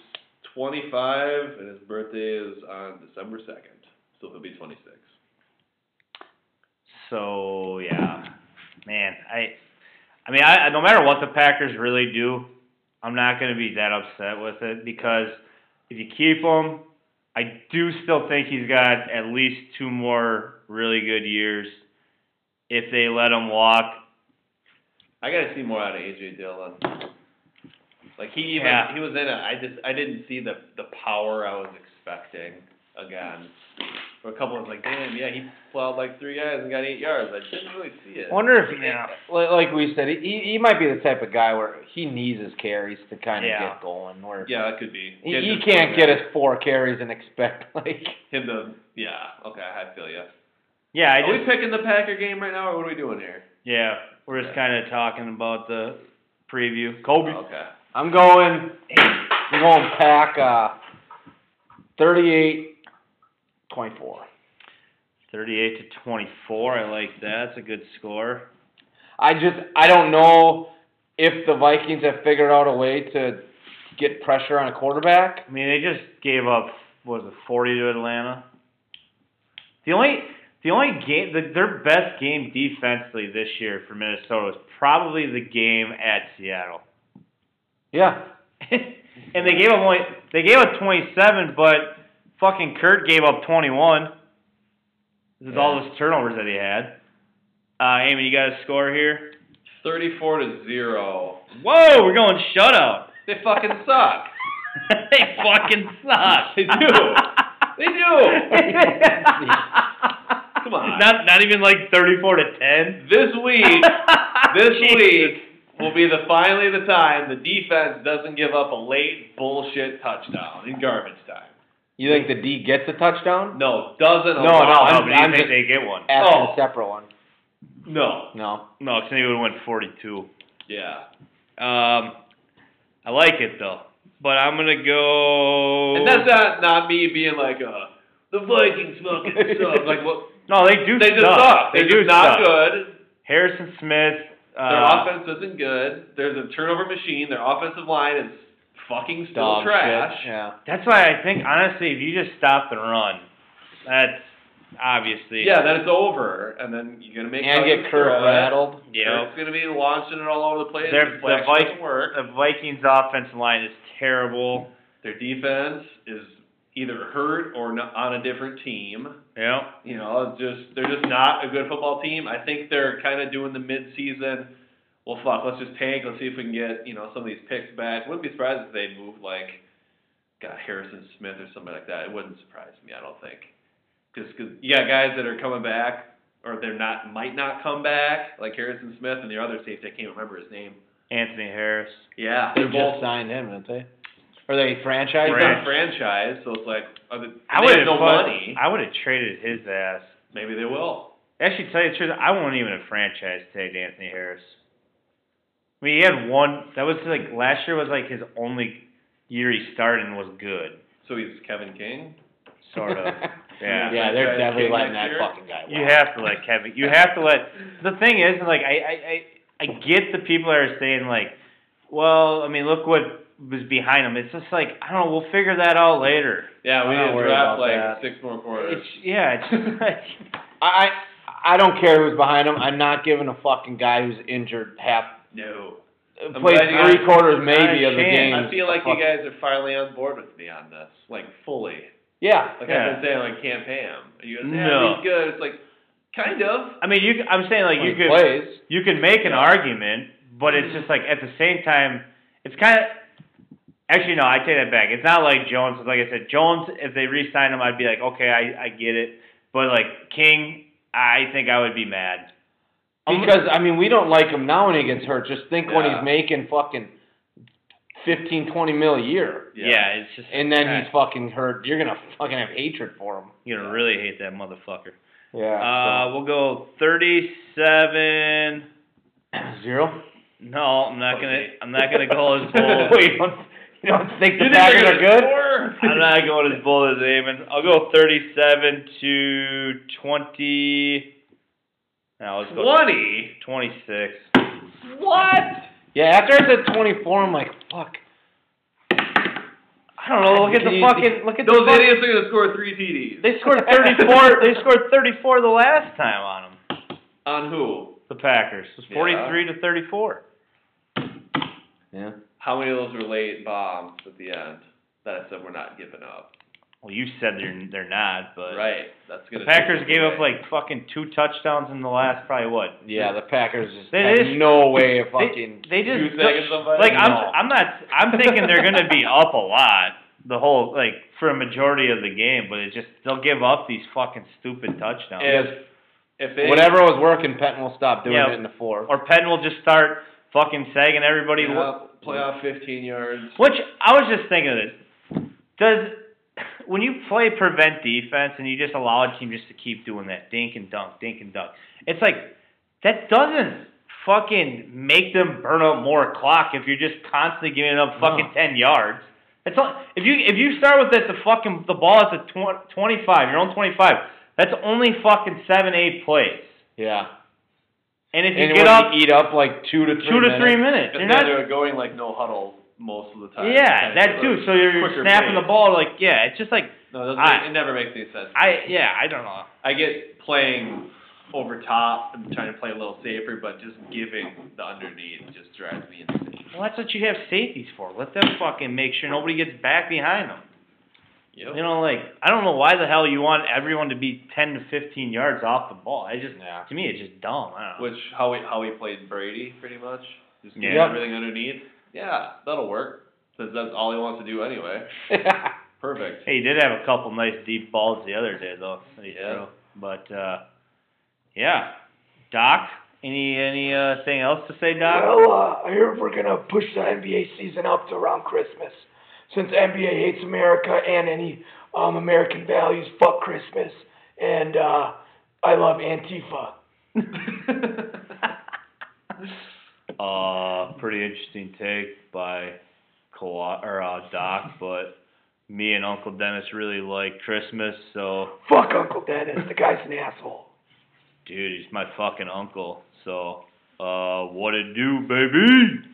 C: 25, and his birthday is on December 2nd, so he'll be 26.
B: so yeah, man. I, I mean, I I- no matter what the Packers really do, I'm not gonna be that upset with it because if you keep him, I do still think he's got at least two more really good years. If they let him walk,
C: I gotta see more out of AJ Dillon. Like he even
B: Yeah.
C: he was in it. I just I didn't see the the power I was expecting again. For a couple of like, damn, yeah, he plowed like three guys and got eight yards. I didn't really see it.
A: Wonder if
B: Yeah.
A: like, like we said, he he might be the type of guy where he needs his carries to kind of
B: Yeah.
A: get going. Where
C: Yeah, that could be.
A: he,
C: Yeah,
A: he
C: just
A: can't
C: for
A: get
C: that.
A: his four carries and expect like.
C: him to. Yeah, okay, I feel you.
B: yeah, I
C: Are
B: just
C: we picking the Packer game right now, or what are we doing here?
B: Yeah, we're just kind of talking about the preview. Kobe.
C: Okay.
A: I'm going. I'm going pack uh, 38, 24.
B: 38 to 24. I like that. That's a good score.
A: I just I don't know if the Vikings have figured out a way to get pressure on a quarterback.
B: I mean, they just gave up what was it 40 to Atlanta. The only the only game the, their best game defensively this year for Minnesota was probably the game at Seattle.
A: Yeah.
B: and they gave up only they gave up 27, but fucking Kurt gave up 21. This is all
A: Yeah.
B: those turnovers that he had. Uh, Amy, you got a score here?
C: Thirty-four to zero.
B: Whoa, we're going shutout.
C: They fucking suck.
B: they fucking suck.
C: They do. They do. Come on.
B: Not not even like thirty-four to ten.
C: This week, this
B: Jesus.
C: week will be the finally the time the defense doesn't give up a late bullshit touchdown in garbage time.
A: You think the D gets a touchdown?
C: No, doesn't.
A: No,
B: Oh,
A: no,
C: allow-
A: I'm-
B: no, but do you
A: I'm
B: think
A: just-
B: they get one?
A: Ask
C: Oh.
A: a separate one.
C: no.
A: No.
B: No, because they would have went forty-two.
C: Yeah.
B: Um, I like it though, but I'm gonna go.
C: And that's not not me being like uh the Vikings fucking suck. Like well,
B: no, they do.
C: they just
B: suck.
C: suck.
B: They
C: They're
B: do
C: just not
B: suck.
C: good.
B: Harrison Smith. Uh,
C: Their
A: Um,
C: offense isn't good. There's a turnover machine. Their offensive line is fucking still
A: Dog shit.
C: trash.
A: Yeah.
B: That's why I think honestly, if you just stop and run, that's obviously
C: Yeah, then it's over, and then you're gonna make
A: And
C: Vikings
A: get Kurt
C: throw it.
A: rattled.
B: Yeah.
C: Kurt's gonna be launching it all over the place.
B: They're-
C: His
B: the
C: flash doesn't
B: Vic-
C: work.
B: The Vikings' offensive line is terrible.
C: Their defense is either hurt or not on a different team.
B: Yeah.
C: You know, it's just they're just not a good football team. I think they're kind of doing the mid-season. Well, fuck, let's just tank. Let's see if we can get you know some of these picks back. Wouldn't be surprised if they moved like, got Harrison Smith or somebody like that. It wouldn't surprise me. I don't think, because you got guys that are coming back or they're not might not come back like Harrison Smith and the other safety. I can't remember his name.
B: Anthony Harris.
C: Yeah,
A: They
C: they're both
A: just signed him, didn't they? Or they franchised
C: He's
B: Right.
A: him?
C: not franchised, so it's like are they,
B: I
C: they
B: would
C: have no money.
B: I would have traded his ass.
C: Maybe they will.
B: Actually, to tell you the truth, I won't even a franchise tag Anthony Harris. I mean, he had one. That was like last year was like his only year he started and was good,
C: So he's Kevin King.
B: sort of. yeah.
A: Yeah, they're
C: Franchise
A: definitely
C: king
A: letting
C: next
A: that
C: year?
A: fucking guy
B: You
A: walk.
B: have to let Kevin. You have to let. The thing is, like, I, I, I, I get the people that are saying like, well, I mean, look what was behind him. It's just like I don't know. We'll figure that out later.
C: Yeah, we
A: I'm not
C: need to
A: worried
C: draft
A: about
C: like
A: that.
C: six more quarters.
B: It's yeah. It's just like,
A: I I I don't care who's behind him. I'm not giving a fucking guy who's injured half
C: no. I'm
A: played
C: glad you
A: three
C: guys-
A: quarters maybe
B: I
A: of the
B: can't.
A: game.
C: I feel like you guys are finally on board with me on this, like fully.
A: Yeah.
C: Like
B: Yeah.
C: I've been saying, like can't pay him. And you guys, yeah,
B: No.
C: he's good. It's like kind of.
B: I mean, you. I'm saying like
A: when
B: you
A: he
B: could
A: plays.
B: you could make an
C: Yeah.
B: argument, but it's just like at the same time, it's kind of. Actually, no, I take that back. It's not like Jones. 'cause Like I said, Jones, if they re-sign him, I'd be like, okay, I, I get it. But like King, I think I would be mad.
A: Because I mean, we don't like him now when he gets hurt. Just think when
C: Yeah.
A: he's making fucking 15, 20 mil a year,
B: Yeah, it's just
A: and then
B: God,
A: he's fucking hurt. You're gonna fucking have hatred for him.
B: you're gonna really hate that motherfucker.
A: Yeah.
B: Uh, we'll go thirty-seven. Uh,
A: Zero.
B: No, I'm not gonna. I'm not gonna go as bold.
A: Wait, you don't, you don't think the
C: You think
A: Packers
C: they're
A: are
C: gonna
A: good?
C: score?
B: I'm not going as bold as Amon. I'll go 37 to 20. No, let's go
C: Twenty.
B: 26. What?
A: Yeah, after I said 24, I'm like, fuck.
B: I don't know. Oh, Look at the
A: You-
B: fucking. Look at
C: Those
B: the fuck-
C: idiots are gonna score three TDs.
B: They scored 34. they scored 34 the last time on them.
C: On who?
B: The Packers. It was
C: Yeah.
B: 43 to 34.
A: Yeah.
C: How many of those were late bombs at the end that I said we're not giving up?
B: Well, you said they're they're not, but
C: Right. That's
B: the
C: gonna.
B: Packers
C: take
B: gave up
C: away.
B: like fucking two touchdowns in the last probably what?
A: Yeah, the Packers just
B: They
A: had
B: just-
A: no way of
B: They,
A: fucking.
B: they just
C: two seconds of
B: like I'm
A: No.
B: I'm not I'm thinking they're gonna be up a lot the whole like for a majority of the game, but it's just they'll give up these fucking stupid touchdowns.
C: If if they,
A: whatever was working, Penton will stop doing
B: Yeah.
A: it in the fourth.
B: Or Penn will just start fucking sagging everybody.
C: play off, play off 15 yards.
B: Which I was just thinking of this. Does when you play prevent defense and you just allow a team just to keep doing that dink and dunk, dink and dunk, it's like that doesn't fucking make them burn up more clock if you're just constantly giving up fucking ten yards. That's all, if you if you start with that the fucking the ball at the tw- twenty five, your own twenty five. That's only fucking seven eight plays.
A: Yeah.
B: And if you
A: And
B: get
A: when
B: up
A: you eat up like two to three
B: two to three
A: minutes.
B: minutes,
C: Because
B: you're
C: now
B: not
C: they're going like no huddle most of the time.
B: yeah that too. So you're, you're snapping the ball like yeah. It's just like
C: No, it, doesn't
B: I-
C: make, it never makes any sense.
B: I yeah, I don't know.
C: I get playing over top and trying to play a little safer, but just giving the underneath just drives me insane.
B: Well, that's what you have safeties for. Let them fucking make sure nobody gets back behind them.
C: Yep.
B: You know, like I don't know why the hell you want everyone to be ten to fifteen yards off the ball. I just
A: Yeah.
B: to me it's just dumb. I don't know.
C: Which how we how we played Brady pretty much. Just give
B: Yeah.
C: everything underneath. Yeah, that'll work. Since that's all he wants to do anyway. Perfect.
B: Hey, he did have a couple nice deep balls the other day though. that he
C: Yeah.
B: threw. But uh, yeah, Doc. Any any uh, thing else to say, Doc?
D: Well, uh, I heard we're going to push the NBA season up to around Christmas. Since NBA hates America and any um, American values, fuck Christmas. And uh, I love Antifa.
B: uh, pretty interesting take by Kawhi or uh, Doc, but me and Uncle Dennis really like Christmas, so
D: Fuck Uncle Dennis. The guy's an asshole.
B: dude, he's my fucking uncle. So, uh, what it do, baby?